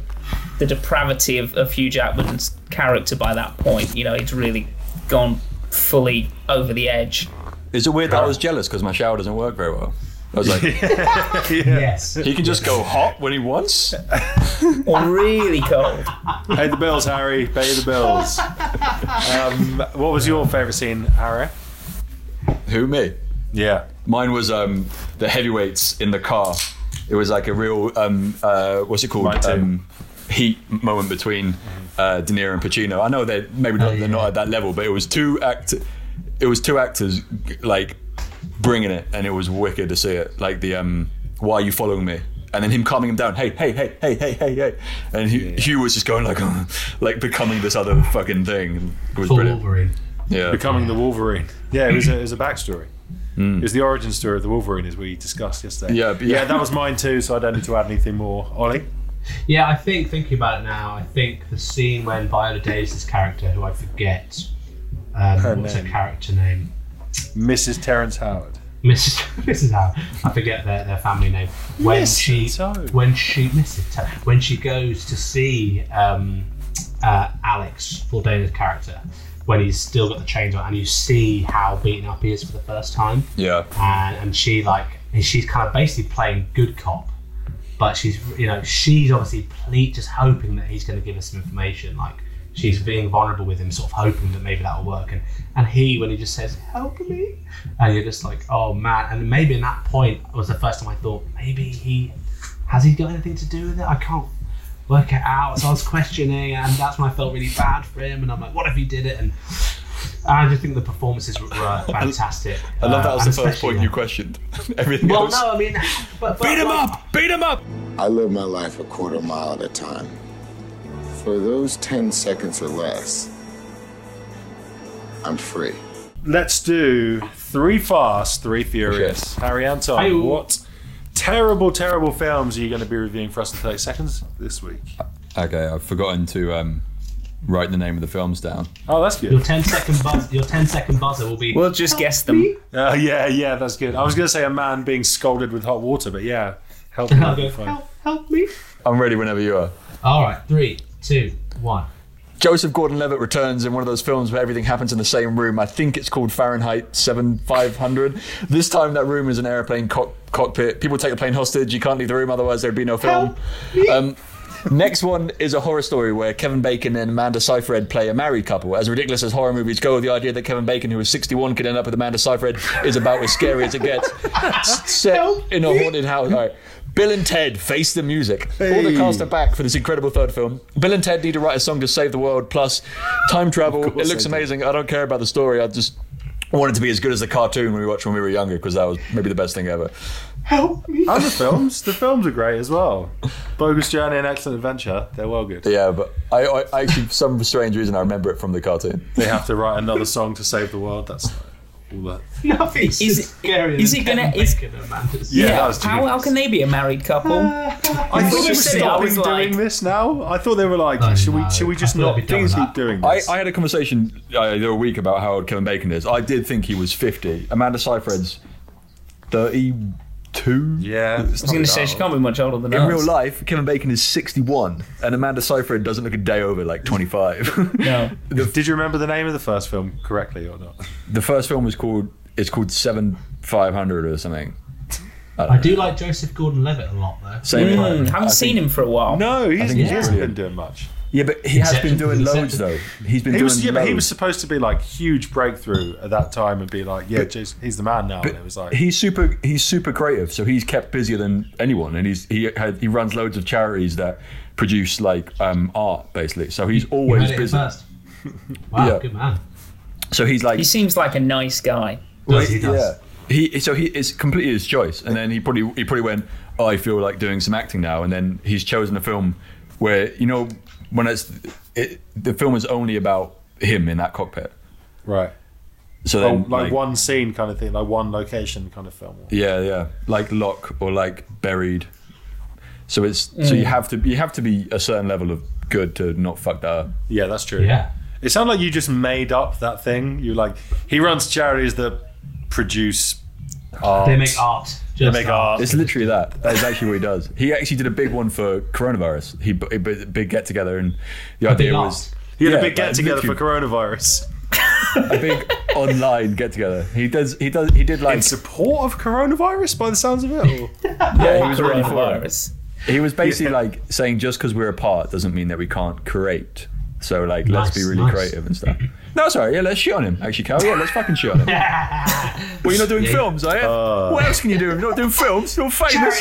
Speaker 5: the depravity of, of Hugh Jackman's character by that point. You know, it's really gone fully over the edge.
Speaker 3: Is it weird that I was jealous because my shower doesn't work very well? I was like,
Speaker 4: Yes.
Speaker 3: he can just go hot when he wants.
Speaker 5: Or really cold.
Speaker 2: Pay the bills, Harry. Pay the bills. um, what was your favorite scene, Harry?
Speaker 3: Who me?
Speaker 2: Yeah.
Speaker 3: Mine was um, the heavyweights in the car. It was like a real um, uh, what's it
Speaker 2: Mine
Speaker 3: called?
Speaker 2: too.
Speaker 3: Um, heat moment between uh, De Niro and Pacino. I know they maybe not, they're not at that level, but it was two act. It was two actors g- like bringing it, and it was wicked to see it. Like the um, why are you following me? And then him calming him down. Hey, hey, hey, hey, hey, hey, hey. And Hugh, Hugh was just going like, like becoming this other fucking thing. It was
Speaker 4: For
Speaker 3: brilliant.
Speaker 4: Wolverine.
Speaker 3: Yeah.
Speaker 2: becoming the Wolverine. Yeah, it was a, it was a backstory. It was the origin story of the Wolverine, as we discussed yesterday.
Speaker 3: Yeah, but-
Speaker 2: yeah, that was mine too. So I don't need to add anything more. Ollie,
Speaker 4: Yeah, I think thinking about it now, I think the scene when Viola Davis's character, who I forget, um, what's her
Speaker 2: name.
Speaker 4: character name?
Speaker 2: Mrs. Terrence Howard.
Speaker 4: Mrs. Mrs. Howard. I forget their, their family name. When she
Speaker 2: Mrs. Howard.
Speaker 4: when she Mrs. T- when she goes to see um, uh, Alex Paul Dana's character when he's still got the chains on, and you see how beaten up he is for the first time,
Speaker 3: Yeah.
Speaker 4: and and she like and she's kind of basically playing good cop, but she's you know she's obviously ple- just hoping that he's going to give us some information like. She's being vulnerable with him, sort of hoping that maybe that'll work. And, and he, when he just says, Help me, and you're just like, oh man. And maybe in that point was the first time I thought, maybe he has he got anything to do with it? I can't work it out. So I was questioning, and that's when I felt really bad for him. And I'm like, what if he did it? And I just think the performances were, were fantastic.
Speaker 3: I love that
Speaker 4: Uh,
Speaker 3: was
Speaker 4: and
Speaker 3: the first
Speaker 4: especially
Speaker 3: point
Speaker 4: the-
Speaker 3: you questioned. Everything
Speaker 4: Well,
Speaker 3: else.
Speaker 4: no, I mean, but, but
Speaker 3: Beat him
Speaker 4: like-
Speaker 3: up! Beat him up!
Speaker 10: I live my life a quarter mile at a time. For those 10 seconds or less, I'm free.
Speaker 2: Let's do three fast, three furious. Harry Anton,
Speaker 4: Hi-yo.
Speaker 2: what terrible, terrible films are you going to be reviewing for us in thirty seconds this week?
Speaker 3: Okay, I've forgotten to um, write the name of the films down.
Speaker 2: Oh, that's
Speaker 4: Your
Speaker 2: good.
Speaker 4: 10 second buzz, your 10 second buzzer will be.
Speaker 5: We'll just guess them.
Speaker 2: Uh, yeah, yeah, that's good. I was going to say a man being scalded with hot water, but yeah, help me.
Speaker 4: I'll go,
Speaker 2: that'd be fine.
Speaker 4: help, help me.
Speaker 3: I'm ready whenever you are.
Speaker 4: All right, three, two, one.
Speaker 3: Joseph Gordon Levitt returns in one of those films where everything happens in the same room. I think it's called Fahrenheit 7500. This time, that room is an airplane cock- cockpit. People take the plane hostage. You can't leave the room, otherwise, there'd be no film. Um, next one is a horror story where Kevin Bacon and Amanda Seyfried play a married couple. As ridiculous as horror movies go, the idea that Kevin Bacon, who is 61, could end up with Amanda Seyfried is about as scary as it gets. Set in a haunted house. All right. Bill and Ted face the music. All the cast are back for this incredible third film. Bill and Ted need to write a song to save the world. Plus, time travel. It looks amazing. I don't care about the story. I just want it to be as good as the cartoon we watched when we were younger because that was maybe the best thing ever.
Speaker 2: And the films, the films are great as well. Bogus Journey and Excellent Adventure, they're well good.
Speaker 3: Yeah, but I, I I actually, for some strange reason, I remember it from the cartoon.
Speaker 2: They have to write another song to save the world. That's all that.
Speaker 4: Nothing's
Speaker 5: Is it-
Speaker 4: scary.
Speaker 5: is it gonna- is-
Speaker 2: Yeah, that was
Speaker 5: how, how can they be a married couple?
Speaker 2: I thought
Speaker 5: you
Speaker 2: they were
Speaker 5: said it, I
Speaker 2: stopping
Speaker 5: was like-
Speaker 2: doing this now. I thought they were like, should we should we just
Speaker 4: I thought
Speaker 2: not
Speaker 4: they'd be done
Speaker 2: please
Speaker 4: with
Speaker 2: keep doing
Speaker 3: I,
Speaker 2: this?
Speaker 3: I had a conversation uh, the other week about how old Kevin Bacon is. I did think he was 50. Amanda Seyfried's 32.
Speaker 2: yeah,
Speaker 5: I was going to say she can't be much older than
Speaker 3: In
Speaker 5: us.
Speaker 3: real life, Kevin Bacon is 61, and Amanda Seyfried doesn't look a day over like 25.
Speaker 5: No.
Speaker 2: Did you remember the name of the first film correctly or not?
Speaker 3: the first film was called it's called Seven Five Hundred or something.
Speaker 4: I do like Joseph Gordon-Levitt a lot, though.
Speaker 3: Same
Speaker 5: Mm,
Speaker 3: time.
Speaker 5: haven't
Speaker 3: I
Speaker 5: seen
Speaker 3: think-
Speaker 5: him for a while.
Speaker 2: No, he's, he
Speaker 3: he's
Speaker 2: hasn't been
Speaker 3: brilliant.
Speaker 2: doing much.
Speaker 3: Yeah, but he has been
Speaker 4: Inception.
Speaker 3: doing loads
Speaker 4: Inception.
Speaker 3: though. He's been
Speaker 2: He
Speaker 3: doing
Speaker 2: was, yeah,
Speaker 3: loads.
Speaker 2: but he was supposed to be like huge breakthrough at that time and be like, yeah, Jason, he's the man now. and it was like,
Speaker 3: he's super he's super creative so he's kept busier than anyone and he's he had, he runs loads of charities that produce like um art basically so he's always
Speaker 4: Made it
Speaker 3: busy
Speaker 4: first. Wow,
Speaker 3: Yeah.
Speaker 4: good man.
Speaker 3: so he's like
Speaker 5: He seems like a nice guy.
Speaker 4: Does he does.
Speaker 3: yeah he so he it's completely his choice and then he probably he probably went oh, I feel like doing some acting now and then he's chosen a film where you know when it's it, the film is only about him in that cockpit
Speaker 2: right.
Speaker 3: so
Speaker 2: Oh,
Speaker 3: then
Speaker 2: like, one scene kind of thing, like one location kind of film.
Speaker 3: Yeah, yeah, like Lock or like Buried. So it's so
Speaker 4: Mm.
Speaker 3: you have to you have to be a certain level of good to not fuck that up.
Speaker 2: Yeah, that's true.
Speaker 4: Yeah.
Speaker 2: It sounded like you just made up that thing. You like, he runs charities that produce art.
Speaker 4: They make art.
Speaker 2: They
Speaker 4: Just
Speaker 2: make art.
Speaker 3: It's literally that. That is actually what he does. He actually did a big one for coronavirus. He b- a b- big get together, and the idea was
Speaker 4: art.
Speaker 2: He had a
Speaker 3: Yeah,
Speaker 2: big
Speaker 3: like,
Speaker 2: get together for
Speaker 3: literally-
Speaker 2: coronavirus
Speaker 3: a big online get together. He does. He does. He did
Speaker 2: in
Speaker 3: like
Speaker 2: support of coronavirus, by the sounds of it. Or?
Speaker 3: yeah, he was really for it.
Speaker 5: Coronavirus.
Speaker 3: He was basically
Speaker 2: Yeah.
Speaker 3: like saying just because we're apart doesn't mean that we can't create. So like, let's
Speaker 4: Nice,
Speaker 3: be really
Speaker 4: nice.
Speaker 3: creative and stuff. No, sorry. Yeah, let's shit on him. Actually, Cal. Yeah, let's fucking shit on him. Well, you're not doing
Speaker 4: Yeah.
Speaker 3: films, are you? what else can you do? You're not doing films. You're famous.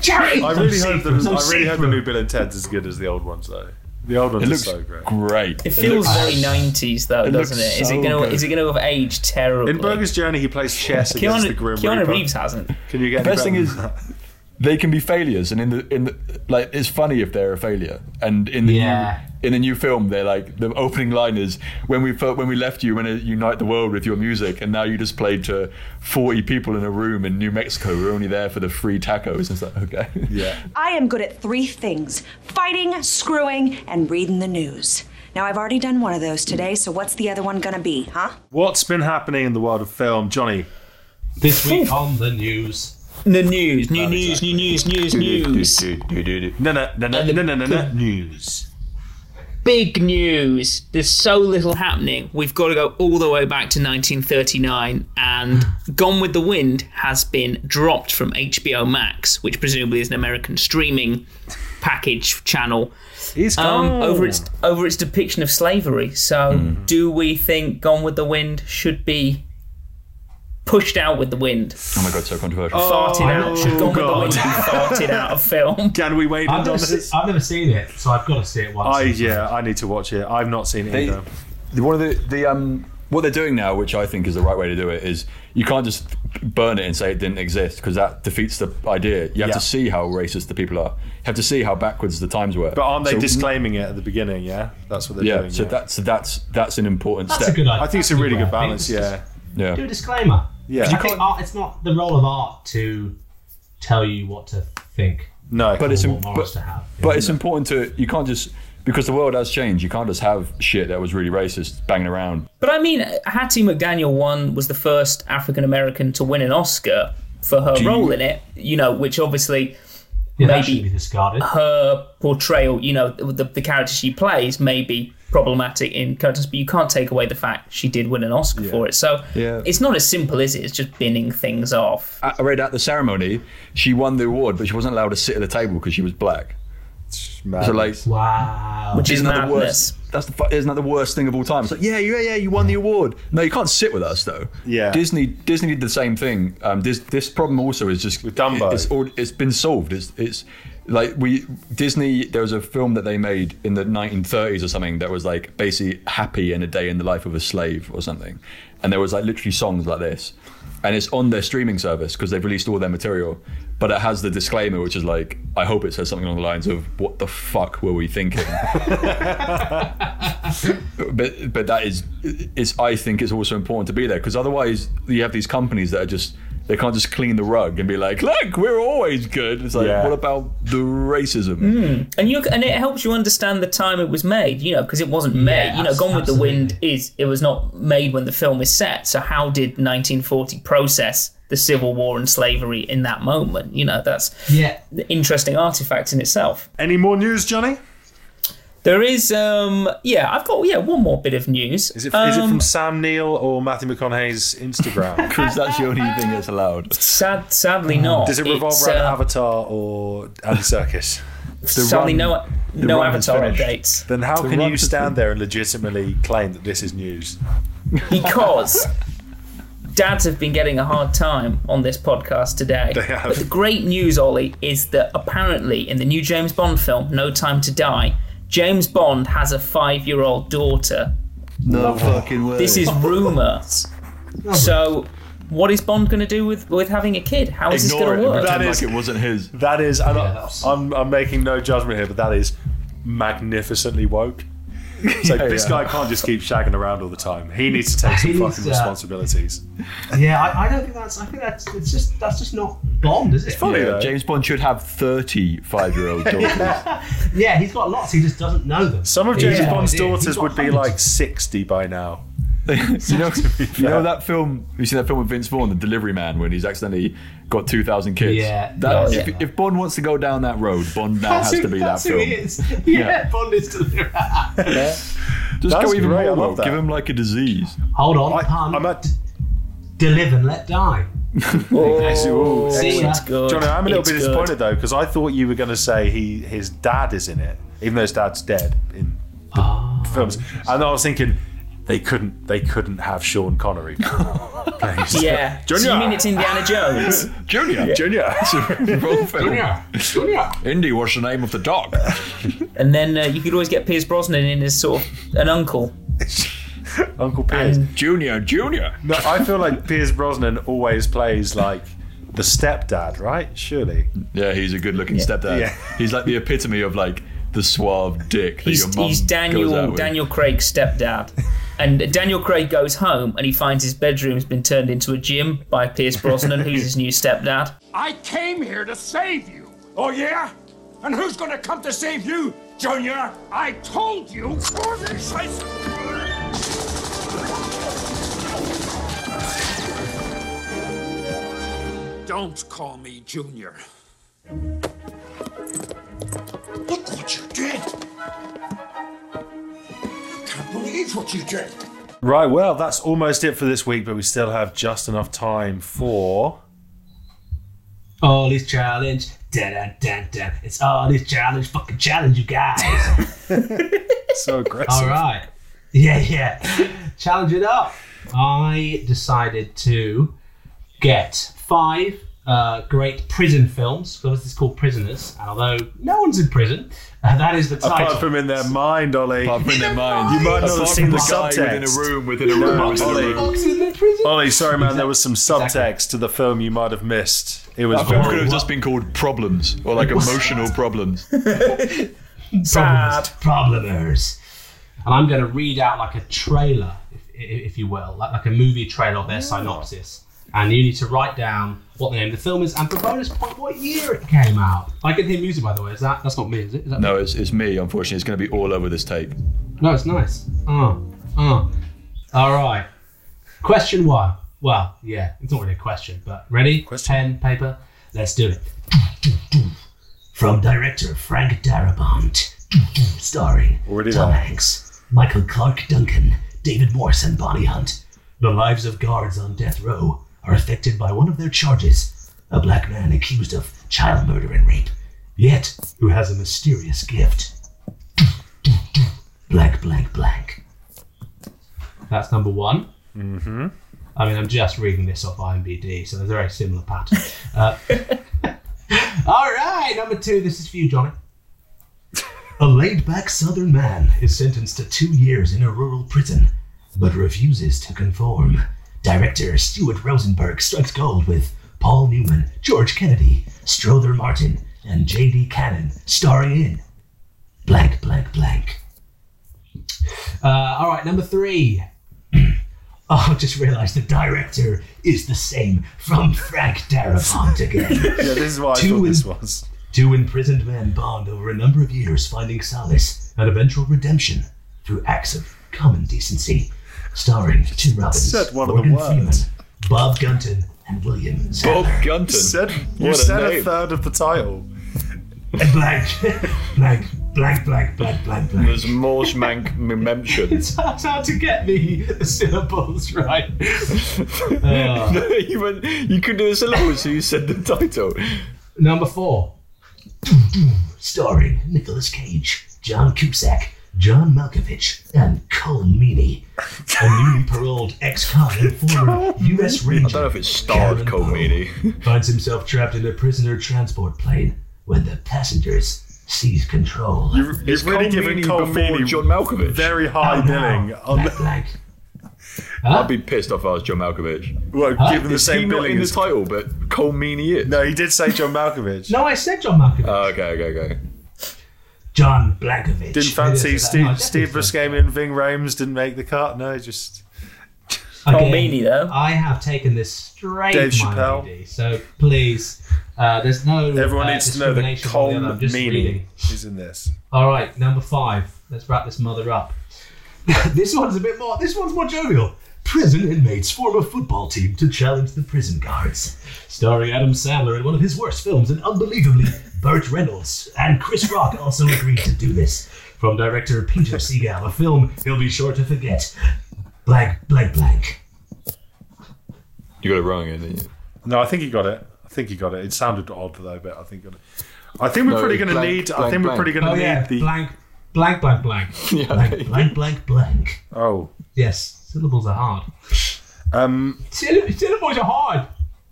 Speaker 4: Charity.
Speaker 2: I really hope the
Speaker 4: Some
Speaker 2: I really hope the
Speaker 4: secret.
Speaker 2: new Bill and Ted's as good as the old ones though. The old ones
Speaker 3: It looks
Speaker 2: are so great.
Speaker 3: great.
Speaker 5: It feels
Speaker 3: looks-
Speaker 5: very nineties though, doesn't
Speaker 3: looks
Speaker 5: it? Is
Speaker 3: so
Speaker 5: it gonna
Speaker 3: good.
Speaker 5: is it gonna have aged terribly?
Speaker 2: In Burger's Journey, he plays chess against
Speaker 5: Keanu,
Speaker 2: the Grim
Speaker 5: Keanu
Speaker 2: Reaper.
Speaker 5: Reeves hasn't.
Speaker 2: Can you get
Speaker 3: The
Speaker 2: any
Speaker 3: best thing
Speaker 2: better
Speaker 3: is,
Speaker 2: than that?
Speaker 3: they can be failures, and in the in the like, it's funny if they're a failure. And in the
Speaker 4: Yeah.
Speaker 3: new in the new film, they're like the opening line is when we fir- when we left you, when to unite the world with your music, and now you just played to forty people in a room in New Mexico. We're only there for the free tacos. And it's like okay,
Speaker 2: yeah,
Speaker 11: I am good at three things fighting, screwing, and reading the news. Now, I've already done one of those today, so what's the other one gonna be, huh?
Speaker 2: what's been happening in the world of film, Johnny?
Speaker 4: This week on the news.
Speaker 5: The news, new news, new news, news, news.
Speaker 2: No, no, no, no, no, no, no, no. News.
Speaker 5: Big news. There's so little happening. We've got to go all the way back to 1939, and Gone with the Wind has been dropped from HBO Max, which presumably is an American streaming package channel.
Speaker 2: He's
Speaker 5: um,
Speaker 2: gone
Speaker 5: over its over its depiction of slavery. So, do we think Gone with the Wind should be pushed out with the wind,
Speaker 3: oh my god, so controversial.
Speaker 5: farted out? Should Gone with the Wind be farted out of film?
Speaker 2: Oh, Can we wait
Speaker 4: I've
Speaker 2: on
Speaker 4: never,
Speaker 2: this?
Speaker 4: se- I've never seen it, so I've got to see it once.
Speaker 2: I yeah, I need to watch it. I've not seen it
Speaker 3: They-
Speaker 2: either.
Speaker 3: the- one of the, the um what they're doing now, which I think is the right way to do it, is you can't just burn it and say it didn't exist because that defeats the idea. You have
Speaker 2: Yeah.
Speaker 3: to see how racist the people are. You have to see how backwards the times were.
Speaker 2: But aren't they
Speaker 3: So-
Speaker 2: disclaiming it at the beginning? Yeah, that's what they're
Speaker 3: Yeah,
Speaker 2: doing.
Speaker 3: so
Speaker 2: yeah.
Speaker 3: that's that's that's an important
Speaker 4: That's a
Speaker 3: step.
Speaker 4: good idea.
Speaker 2: I think it's a really
Speaker 4: That's
Speaker 2: good
Speaker 4: idea.
Speaker 2: balance. Yeah,
Speaker 3: yeah.
Speaker 4: Do a disclaimer.
Speaker 2: yeah.
Speaker 4: I think art, it's not the role of art to tell you what to think
Speaker 2: no,
Speaker 3: but
Speaker 2: but
Speaker 3: it's
Speaker 4: or
Speaker 3: im-
Speaker 4: what morals
Speaker 3: but-
Speaker 4: to have.
Speaker 3: But it's important to you can't just because the world has changed. You can't just have shit that was really racist banging around.
Speaker 5: But I mean, Hattie McDaniel won was the first African American to win an Oscar for her
Speaker 3: you-
Speaker 5: role in it. You know, which obviously
Speaker 4: yeah, that
Speaker 5: maybe-
Speaker 4: should be discarded.
Speaker 5: her portrayal, you know, the, the character she plays may be problematic in context, but you can't take away the fact she did win an Oscar for it. So
Speaker 3: Yeah.
Speaker 5: it's not as simple, is it? It's just binning things off.
Speaker 3: I I read at the ceremony, she won the award, but she wasn't allowed to sit at the table because she was black. So like,
Speaker 4: Wow.
Speaker 5: Which is
Speaker 3: isn't that the
Speaker 5: madness.
Speaker 3: worst? That's the fu- isn't that the worst thing of all time? It's like, yeah, yeah, yeah, you won the award. No, you can't sit with us though.
Speaker 2: Yeah.
Speaker 3: Disney, Disney did the same thing. Um, this this problem also is just with
Speaker 2: Dumbo.
Speaker 3: It's al- it's been solved. It's it's like we Disney. There was a film that they made in the 1930s or something that was like basically happy in a day in the life of a slave or something, and there was like literally songs like this, and it's on their streaming service because they've released all their material. But it has the disclaimer, which is like, I hope it says something along the lines of, "What the fuck were we thinking?" but but that is is I think it's also important to be there because otherwise you have these companies that are just they can't just clean the rug and be like, look, we're always good. It's like,
Speaker 5: Yeah.
Speaker 3: what about the racism?
Speaker 5: Mm. And you and it helps you understand the time it was made, you know, because it wasn't made. you know, Gone with the Wind is it was not made when the film is set. So how did 1940 process the Civil War and slavery in that moment? You know, that's
Speaker 4: yeah,
Speaker 5: the interesting artifact in itself.
Speaker 2: Any more news, Johnny?
Speaker 5: There is, um yeah, I've got yeah one more bit of news. Um,
Speaker 2: Is it, is it from Sam Neill or Matthew McConaughey's Instagram? Because
Speaker 3: that's the only thing that's allowed.
Speaker 5: Sad, sadly not.
Speaker 2: Uh-huh. Does it revolve
Speaker 5: It's,
Speaker 2: around
Speaker 5: uh,
Speaker 2: Avatar or Andy Circus?
Speaker 5: Sadly, no- no Avatar updates.
Speaker 2: Then how
Speaker 5: The
Speaker 2: can
Speaker 5: run
Speaker 2: you
Speaker 5: has
Speaker 2: stand there and legitimately claim that this is news?
Speaker 5: because dads have been getting a hard time on this podcast today.
Speaker 2: They have.
Speaker 5: But the great news, Ollie, is that apparently in the new James Bond film, No Time to Die, James Bond has a five year old daughter.
Speaker 3: No fucking way.
Speaker 5: This is
Speaker 2: Oh.
Speaker 5: rumour. so, what is Bond going to do with, with having a kid? How is this going to work?
Speaker 2: That is-
Speaker 3: wasn't his.
Speaker 2: That is, and I- I'm, I'm making no judgment here, but that is magnificently woke. It's like,
Speaker 4: Yeah,
Speaker 2: this
Speaker 4: yeah.
Speaker 2: guy can't just keep shagging around all the time. He needs to take some
Speaker 4: He needs
Speaker 2: fucking
Speaker 4: to-
Speaker 2: responsibilities.
Speaker 4: yeah. I, I don't think that's. I think that's. It's just. That's just not Bond, is it?
Speaker 3: Yeah,
Speaker 4: yeah,
Speaker 3: James Bond should have 35 year old daughters.
Speaker 4: Yeah, he's got lots. He just doesn't know them.
Speaker 2: Some of
Speaker 4: He's
Speaker 2: James
Speaker 4: got no
Speaker 2: Bond's
Speaker 4: idea. He's
Speaker 2: daughters
Speaker 4: got
Speaker 2: would be
Speaker 4: hundreds.
Speaker 2: like 60 by now.
Speaker 3: you know, you know that film. You seen that film with Vince Vaughn, The Delivery Man, when he's accidentally got two thousand kids.
Speaker 4: Yeah.
Speaker 3: That,
Speaker 4: Yeah.
Speaker 3: If, if Bond wants to go down that road, Bond now
Speaker 4: That's
Speaker 3: has
Speaker 4: who-
Speaker 3: to be that
Speaker 4: that's who
Speaker 3: film.
Speaker 4: he is. Yeah,
Speaker 3: Yeah.
Speaker 4: Bond is delivering. That's
Speaker 3: Just go even
Speaker 4: great, I
Speaker 3: more.
Speaker 4: love
Speaker 3: woke.
Speaker 4: that.
Speaker 3: Give him like a disease.
Speaker 4: Hold on, pun. I'm at deliver and let die.
Speaker 2: Ooh,
Speaker 4: See ya.
Speaker 2: excellent. Johnny, I'm a little
Speaker 4: Oh, It's
Speaker 2: bit
Speaker 4: good.
Speaker 2: disappointed though because I thought you were going to say he his dad is in it, even though his dad's dead in the
Speaker 4: Ah.
Speaker 2: films. And I was thinking they couldn't they couldn't have Sean Connery.
Speaker 5: yeah. So you mean it's Indiana Jones?
Speaker 3: Junior,
Speaker 5: Yeah.
Speaker 2: Junior,
Speaker 5: Junior.
Speaker 4: Junior.
Speaker 3: Indy, what's the name of the dog?
Speaker 5: And then uh, you could always get Piers Brosnan in as sort of an uncle.
Speaker 2: Uncle Piers.
Speaker 3: Junior, Junior.
Speaker 2: No, I feel like Piers Brosnan always plays like the stepdad, right? Surely.
Speaker 3: Yeah, he's a good-looking stepdad.
Speaker 2: Yeah.
Speaker 3: He's like the epitome of like the suave dick that your
Speaker 5: He's,
Speaker 3: mum
Speaker 5: he's
Speaker 3: goes out
Speaker 5: Daniel
Speaker 3: with.
Speaker 5: Daniel Craig's stepdad. And Daniel Craig goes home and he finds his bedroom's been turned into a gym by Pierce Brosnan, who's his new stepdad.
Speaker 6: I came here to save you. Oh, yeah? And who's gonna come to save you, Junior? I told you. Don't call me Junior. Look what you did. I can't believe what you did.
Speaker 2: Right. Well, that's almost it for this week, but we still have just enough time for.
Speaker 4: Ollie's challenge. Dun, dun, dun, dun. It's Ollie's challenge. Fucking challenge, you guys.
Speaker 2: so aggressive.
Speaker 4: All right. Yeah, yeah. Challenge it up. I decided to get five uh, great prison films. So this is called Prisoners. And although no one's in prison, uh, that is the title.
Speaker 2: Apart from in their mind, Ollie. Apart
Speaker 3: from in their mind.
Speaker 2: You might not have
Speaker 3: Apart
Speaker 2: seen
Speaker 3: from
Speaker 2: the,
Speaker 3: the guy
Speaker 2: subtext.
Speaker 3: within a room, within a room, within a room.
Speaker 2: Ollie, sorry, man. There was some subtext to the film you might have missed. It was
Speaker 3: That film could have just been called Problems or like Emotional Problems.
Speaker 4: Problemers. Problemers. And I'm going to read out like a trailer, if, if if you will, like, like a movie trailer of their synopsis. And you need to write down what the name of the film is and for bonus point what year it came out. I can hear music, by the way. Is that that's not me, is it? Is that
Speaker 3: No, it's, it's me, unfortunately. It's going to be all over this tape.
Speaker 4: No, it's nice. Oh, oh. All right. Question one. Well, yeah, it's not really a question, but ready? Question. Pen, paper. Let's do it. From director Frank Darabont, starring Tom Hanks, Michael Clark Duncan, David Morse, and Bonnie Hunt. The lives of guards on death row are affected by one of their charges a black man accused of child murder and rape, yet who has a mysterious gift. Blank, blank, blank. That's number one. Mm-hmm. I mean, I'm just reading this off IMBD, so there's a very similar pattern. Uh, all right, number two. This is for you, Johnny. A laid back southern man is sentenced to two years in a rural prison, but refuses to conform. Director Stuart Rosenberg strikes gold with Paul Newman, George Kennedy, Strother Martin, and J.D. Cannon, starring in Blank, Blank, Blank. Uh, all right, number three. Oh, I just realised the director is the same from Frank Darabont again.
Speaker 2: yeah, this is why I
Speaker 4: Two
Speaker 2: thought
Speaker 4: in-
Speaker 2: this was.
Speaker 4: Two imprisoned men bond over a number of years, finding solace and eventual redemption through acts of common decency. Starring Tim Robbins,
Speaker 2: Said one of the
Speaker 4: Morgan Freeman,
Speaker 2: words.
Speaker 4: Bob Gunton, and William Sadler.
Speaker 2: Gunton. Said, you
Speaker 4: What a
Speaker 2: said a
Speaker 4: name.
Speaker 2: third of the title.
Speaker 4: And blank, blank, blank, blank, blank, blank, blank.
Speaker 3: There's more schmank mentions.
Speaker 4: It's hard, hard to get the syllables right.
Speaker 3: No, you, went, you couldn't do a syllable, so you said the title.
Speaker 4: Number four. Starring Nicolas Cage, John Cusack, John Malkovich, and Cole Meany. A newly paroled ex-con and former U.S. Ranger. I don't know if
Speaker 3: it's starred Cole Meany.
Speaker 4: Finds himself trapped in a prisoner transport plane when the passengers seize control.
Speaker 2: You've, you've really given Cole Meany
Speaker 3: John Malkovich.
Speaker 2: very high billing. Um, on the-
Speaker 3: I'd be pissed off if I was John Malkovich.
Speaker 2: Well,
Speaker 3: Huh?
Speaker 2: given the
Speaker 3: Is
Speaker 2: same
Speaker 3: he not
Speaker 2: billing
Speaker 3: in the
Speaker 2: as-
Speaker 3: title, but Cole Meany is.
Speaker 2: No, he did say John Malkovich.
Speaker 4: No, I said John Malkovich.
Speaker 3: Oh, okay, okay, okay.
Speaker 4: John Blankovich.
Speaker 2: Didn't fancy
Speaker 4: Yes, that- no, I
Speaker 2: Steve, Steve Buscemi and Ving Rhames didn't make the cut. No, just
Speaker 4: Again, I have taken this straight
Speaker 2: Dave
Speaker 4: my
Speaker 2: Chappelle.
Speaker 4: lady, so please, uh, there's no.
Speaker 2: everyone
Speaker 4: uh,
Speaker 2: needs to know that
Speaker 4: discrimination on the
Speaker 2: Cole
Speaker 4: other, I'm just
Speaker 2: Meany
Speaker 4: reading.
Speaker 2: is in this.
Speaker 4: All right, number five. Let's wrap this mother up. this one's a bit more. This one's more jovial. Prison inmates form a football team to challenge the prison guards. Starring Adam Sandler in one of his worst films, and unbelievably, Burt Reynolds and Chris Rock also agreed to do this. From director Peter Segal, a film he'll be sure to forget. Blank, blank, blank.
Speaker 3: You got it wrong, didn't you?
Speaker 2: No, I think he got it. I think he got it. It sounded odd though, but I think he got it. I think we're
Speaker 3: No,
Speaker 2: pretty going to
Speaker 3: blank,
Speaker 2: need. I
Speaker 3: blank,
Speaker 2: think we're
Speaker 3: blank.
Speaker 2: pretty going to
Speaker 4: Oh,
Speaker 2: need
Speaker 4: yeah,
Speaker 2: the
Speaker 4: blank, blank, blank, blank. blank, blank, blank, blank.
Speaker 2: Oh,
Speaker 4: Yes, syllables are hard.
Speaker 2: Um,
Speaker 4: Syllables are hard.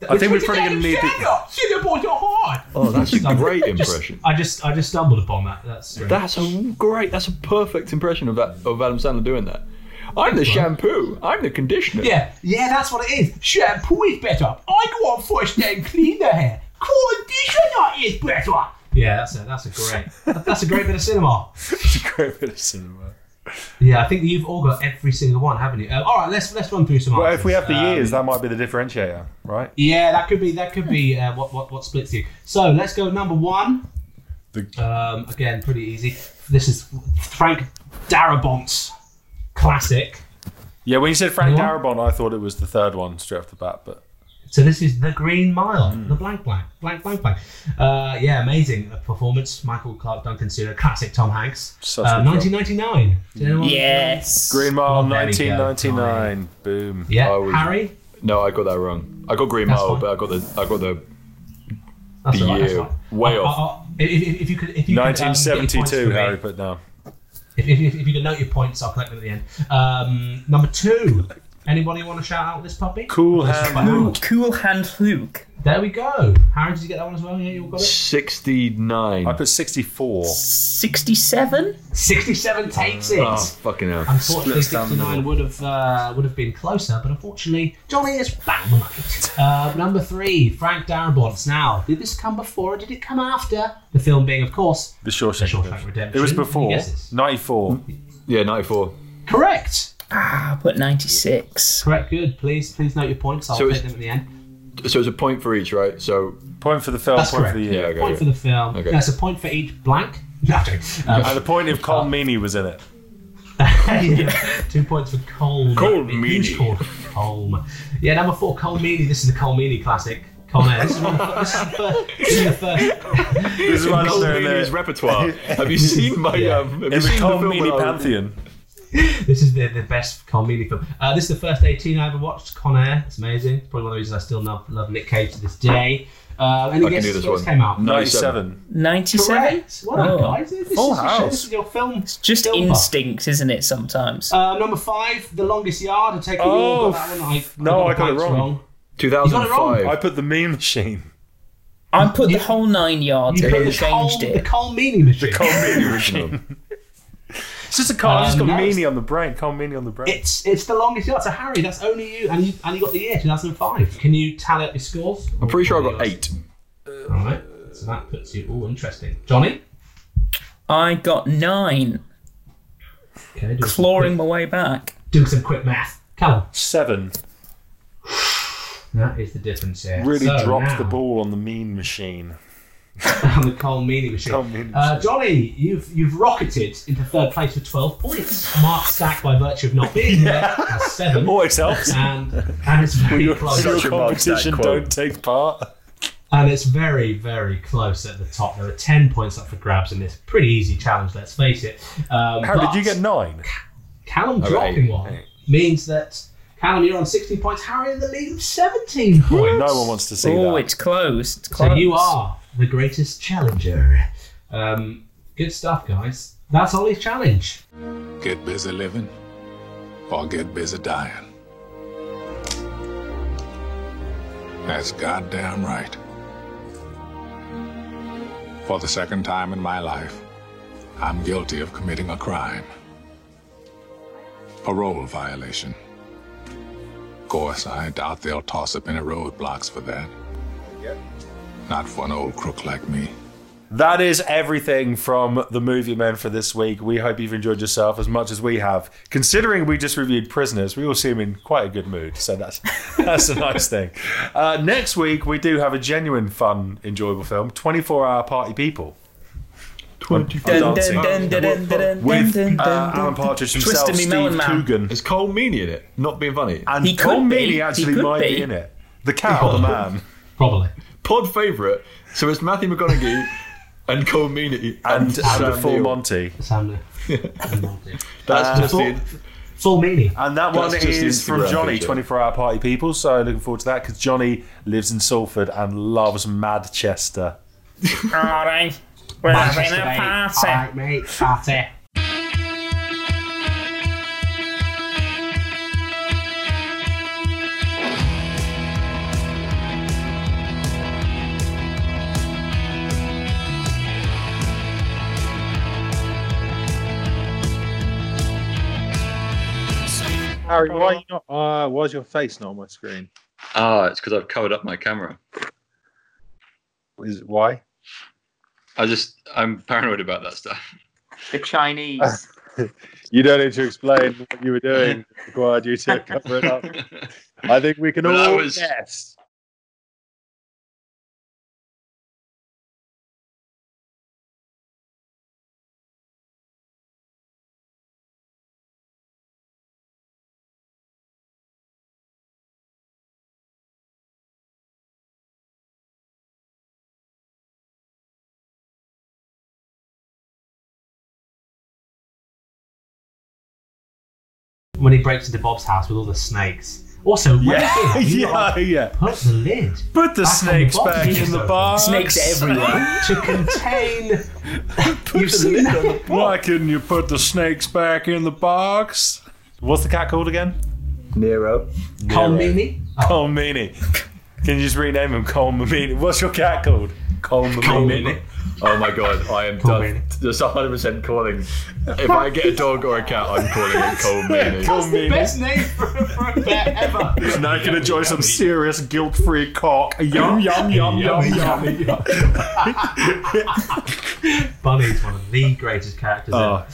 Speaker 2: I think we're probably going to need the.
Speaker 4: Syllables are hard.
Speaker 3: Oh, that's a great
Speaker 4: Just-
Speaker 3: impression.
Speaker 4: I just I just stumbled upon that. That's great.
Speaker 3: That's a great. That's a perfect impression of that of Adam Sandler doing that. I'm the shampoo. I'm the conditioner.
Speaker 4: yeah, yeah, that's what it is. Shampoo is better. I go on first then clean the hair. Conditioner is better. Yeah, that's a that's a great that's a great bit of cinema.
Speaker 2: it's a great bit of cinema.
Speaker 4: Yeah, I think you've all got every single one, haven't you? Uh, all right, let's let's run through some.
Speaker 2: Well, if we have the
Speaker 4: answers. Um,
Speaker 2: years, that might be the differentiator, right?
Speaker 4: Yeah, that could be that could be uh, what what what splits you. So let's go number one. Um, again, pretty easy. This is Frank Darabont's classic.
Speaker 2: Yeah, when you said Frank
Speaker 4: Yeah.
Speaker 2: Darabont, I thought it was the third one straight off the bat, but
Speaker 4: So this is the Green Mile,
Speaker 3: Hmm.
Speaker 4: the blank blank blank blank blank. Uh, yeah, amazing performance. Michael Clark Duncan Suter, classic Tom Hanks.
Speaker 2: Such
Speaker 4: Uh,
Speaker 2: a
Speaker 4: 1999. Did anyone-
Speaker 2: Green Mile,
Speaker 4: Oh, there we go.
Speaker 2: 1999. Boom.
Speaker 4: Yeah,
Speaker 3: I was-
Speaker 4: Harry.
Speaker 3: No, I got that wrong. I got Green
Speaker 4: That's
Speaker 3: Mile,
Speaker 4: fine.
Speaker 3: but I got the I got the
Speaker 4: That's
Speaker 3: the
Speaker 4: all right, that's
Speaker 3: year
Speaker 4: all right.
Speaker 3: way
Speaker 4: Oh,
Speaker 3: off.
Speaker 4: oh, oh, if, if, if you could, if you could, um, get your points for
Speaker 2: 1972,
Speaker 4: me.
Speaker 2: Harry put down.
Speaker 4: If, if, if, if you can note your points, I'll collect them at the end. Um, number two. Anybody want to shout out this puppy?
Speaker 2: Cool
Speaker 4: Wow.
Speaker 2: hand.
Speaker 5: Cool hand Luke.
Speaker 4: There we go. Harry, did you get that one as well? Yeah, you all got it.
Speaker 3: Sixty nine.
Speaker 2: I put 64.
Speaker 5: 67?
Speaker 4: 67 takes it.
Speaker 3: Oh fucking hell!
Speaker 4: Unfortunately,
Speaker 2: Splits down the
Speaker 4: 69
Speaker 2: middle.
Speaker 4: would have uh, would have been closer, but unfortunately, Johnny is back. Uh, number three, Frank Darabont. Now, did this come before or did it come after? The film being, of course,
Speaker 2: The Shawshank,
Speaker 4: Shawshank
Speaker 2: Redemption. Hmm.
Speaker 4: Redemption.
Speaker 2: It was
Speaker 4: Any
Speaker 2: before.
Speaker 4: guesses?
Speaker 2: 94.
Speaker 3: Yeah, ninety four.
Speaker 4: correct.
Speaker 5: Ah, but 96.
Speaker 4: Correct. Good. Please, please note your points. I'll
Speaker 3: So
Speaker 4: take
Speaker 3: it's-
Speaker 4: them at the end.
Speaker 3: So it's a point for each, right? So
Speaker 2: Point for the film,
Speaker 4: That's
Speaker 2: point
Speaker 4: correct.
Speaker 2: for the
Speaker 3: yeah,
Speaker 2: year.
Speaker 3: okay.
Speaker 4: Point for the film.
Speaker 3: Okay.
Speaker 4: That's a point for each blank. No, I'm joking. Um,
Speaker 2: And the point if Colm Meaney was in it.
Speaker 4: yeah, two points for Cole.
Speaker 3: Cole
Speaker 4: Huge
Speaker 3: Meany.
Speaker 4: call for Cole. Yeah, number four, Cole Meany. This is the Cole Meany classic. Con Air. This is one of the- this is the first. This is the first.
Speaker 2: This is why
Speaker 3: Cole
Speaker 2: I'm
Speaker 3: Meaney
Speaker 2: there
Speaker 3: is
Speaker 2: in
Speaker 3: repertoire. Have you seen my um? Have you
Speaker 2: the
Speaker 3: seen the
Speaker 2: Colm
Speaker 3: film
Speaker 2: Meaney
Speaker 3: when I-
Speaker 2: pantheon.
Speaker 4: This is the, the best Con Meany film. Uh, this is the first 18 I ever watched. Con Air. It's amazing. It's probably one of the reasons I still love, love Nick Cage to this day. Uh, any
Speaker 3: I can do
Speaker 4: guesses
Speaker 3: this
Speaker 4: when this
Speaker 3: one.
Speaker 4: came out?
Speaker 2: 97.
Speaker 5: 97?
Speaker 4: Correct. Well done,
Speaker 5: Oh.
Speaker 4: guys. This
Speaker 2: Full
Speaker 4: is, your-
Speaker 2: house.
Speaker 4: This is your film. It's
Speaker 5: Just instinct, isn't it, sometimes?
Speaker 4: Uh, number five, The Longest Yard. I take it you
Speaker 2: Oh,
Speaker 4: all got that one. I,
Speaker 2: no, I got
Speaker 4: the
Speaker 2: it
Speaker 4: points
Speaker 2: wrong.
Speaker 3: 2005.
Speaker 2: I put the meme machine.
Speaker 5: I put the whole nine yards,
Speaker 4: You
Speaker 5: but
Speaker 4: put the
Speaker 5: they
Speaker 4: Cole,
Speaker 5: changed
Speaker 4: the
Speaker 5: it.
Speaker 4: Cole Meany machine.
Speaker 2: Colm Meaney machine. It's just a Colm. it's just got
Speaker 4: Um, nice.
Speaker 2: Meaney on the brain. Colm Meaney on the brain.
Speaker 4: It's it's the longest yard. So Harry, that's only you, and you and you got the year 2005. Can you tally up your scores?
Speaker 3: I'm pretty sure I got eight.
Speaker 4: All right. So that puts you all interesting. Johnny,
Speaker 5: I got nine.
Speaker 4: Okay, do some
Speaker 5: clawing my way back.
Speaker 4: Doing some quick math. Come on.
Speaker 2: Seven.
Speaker 4: That is the difference here.
Speaker 2: Really
Speaker 4: So
Speaker 2: dropped
Speaker 4: now-
Speaker 2: the ball on the mean machine.
Speaker 4: on the coal meaning machine. Uh, Johnny, you've you've rocketed into third place with twelve points. Mark Stack, by virtue of not being there, has seven.
Speaker 2: Always Oh, helps.
Speaker 4: And and it's very close.
Speaker 2: Your competition don't take part.
Speaker 4: And Um, it's very very close at the top. There are ten points up for grabs in this pretty easy challenge. Let's face it. Um,
Speaker 2: How
Speaker 4: but
Speaker 2: did you get nine?
Speaker 4: Callum
Speaker 2: Oh,
Speaker 4: dropping
Speaker 2: eight,
Speaker 4: one
Speaker 2: eight.
Speaker 4: means that Callum, you're on sixteen points. Harry in the lead of seventeen points.
Speaker 2: No one wants to see
Speaker 5: Oh,
Speaker 2: that.
Speaker 5: it's close. It's
Speaker 4: So
Speaker 5: close.
Speaker 4: you are the greatest challenger. Um, good stuff, guys. That's Ollie's challenge.
Speaker 12: Get busy living or get busy dying. That's goddamn right. For the second time in my life, I'm guilty of committing a crime parole violation. Of course, I doubt they'll toss up any roadblocks for that. Not for an old crook like me.
Speaker 2: That is everything from the movie men for this week. We hope you've enjoyed yourself as much as we have. Considering we just reviewed Prisoners, we all seem in quite a good mood, so that's that's a nice thing. Uh, next week we do have a genuine, fun, enjoyable film, Twenty Four Hour Party People. Twenty
Speaker 5: Dun, dun, dun, dun, dun, dun,
Speaker 2: with
Speaker 5: dun, dun,
Speaker 2: uh,
Speaker 5: dun,
Speaker 2: Alan
Speaker 5: dun.
Speaker 2: Partridge
Speaker 5: Twisted
Speaker 2: himself,
Speaker 5: me
Speaker 2: Steve
Speaker 5: melon man.
Speaker 2: Coogan,
Speaker 3: Is Cole Meany in it? Not being funny.
Speaker 2: and
Speaker 5: He could
Speaker 2: Tom
Speaker 5: be.
Speaker 2: Mealy
Speaker 5: He
Speaker 2: actually
Speaker 5: could
Speaker 2: might be.
Speaker 5: be.
Speaker 2: in it. The cat or the man?
Speaker 4: Probably.
Speaker 3: Pod favourite. So it's Matthew McConaughey and Cole Meany
Speaker 2: and, and
Speaker 3: Sam
Speaker 2: the full
Speaker 3: Neill.
Speaker 2: Monty.
Speaker 4: Sam
Speaker 3: That's
Speaker 2: Uh,
Speaker 3: just
Speaker 2: full-
Speaker 3: the,
Speaker 4: full meaning.
Speaker 2: And that one
Speaker 3: That's just
Speaker 2: is
Speaker 3: Instagram
Speaker 2: from Johnny,
Speaker 3: picture.
Speaker 2: 24 Hour Party People. So looking forward to that because Johnny lives in Salford and loves Madchester.
Speaker 5: Alright. We're having a
Speaker 4: Manchester,
Speaker 5: party.
Speaker 4: mate. Alright, mate. Party.
Speaker 13: Harry, why are you not? Uh, why is your face not on my screen?
Speaker 3: Ah, it's because I've covered up my camera.
Speaker 13: Is why?
Speaker 3: I just I'm paranoid about that stuff.
Speaker 14: The Chinese.
Speaker 13: You don't need to explain what you were doing. It Required you to cover it up. I think we can
Speaker 3: Well, I
Speaker 13: all
Speaker 3: was-
Speaker 13: guess.
Speaker 4: When he breaks into Bob's house with all the snakes. Also, when
Speaker 2: Yeah,
Speaker 4: you do that, you
Speaker 2: yeah,
Speaker 4: gotta
Speaker 2: yeah.
Speaker 4: Put the lid.
Speaker 2: Put the
Speaker 4: back on
Speaker 2: snakes
Speaker 4: box.
Speaker 2: back in the box.
Speaker 4: Snakes everywhere. to contain.
Speaker 2: Put the lid on the box. Why couldn't you put the snakes back in the box? What's the cat called again?
Speaker 14: Nero.
Speaker 2: Nero.
Speaker 4: Colmini?
Speaker 2: Cole Meany. Can you just rename him Cole Meany? What's your cat called? Cole Meany.
Speaker 3: Oh my god, I am done. Just 100 percent calling. If I get a dog or a cat, I'm calling it Cole Meany.
Speaker 2: Cole Meany.
Speaker 4: name for a, for a bet ever.
Speaker 2: Now you can enjoy some serious guilt-free cock. Yum yum yum yum yum.
Speaker 4: Bunny's one of the greatest characters
Speaker 2: Oh,
Speaker 4: ever.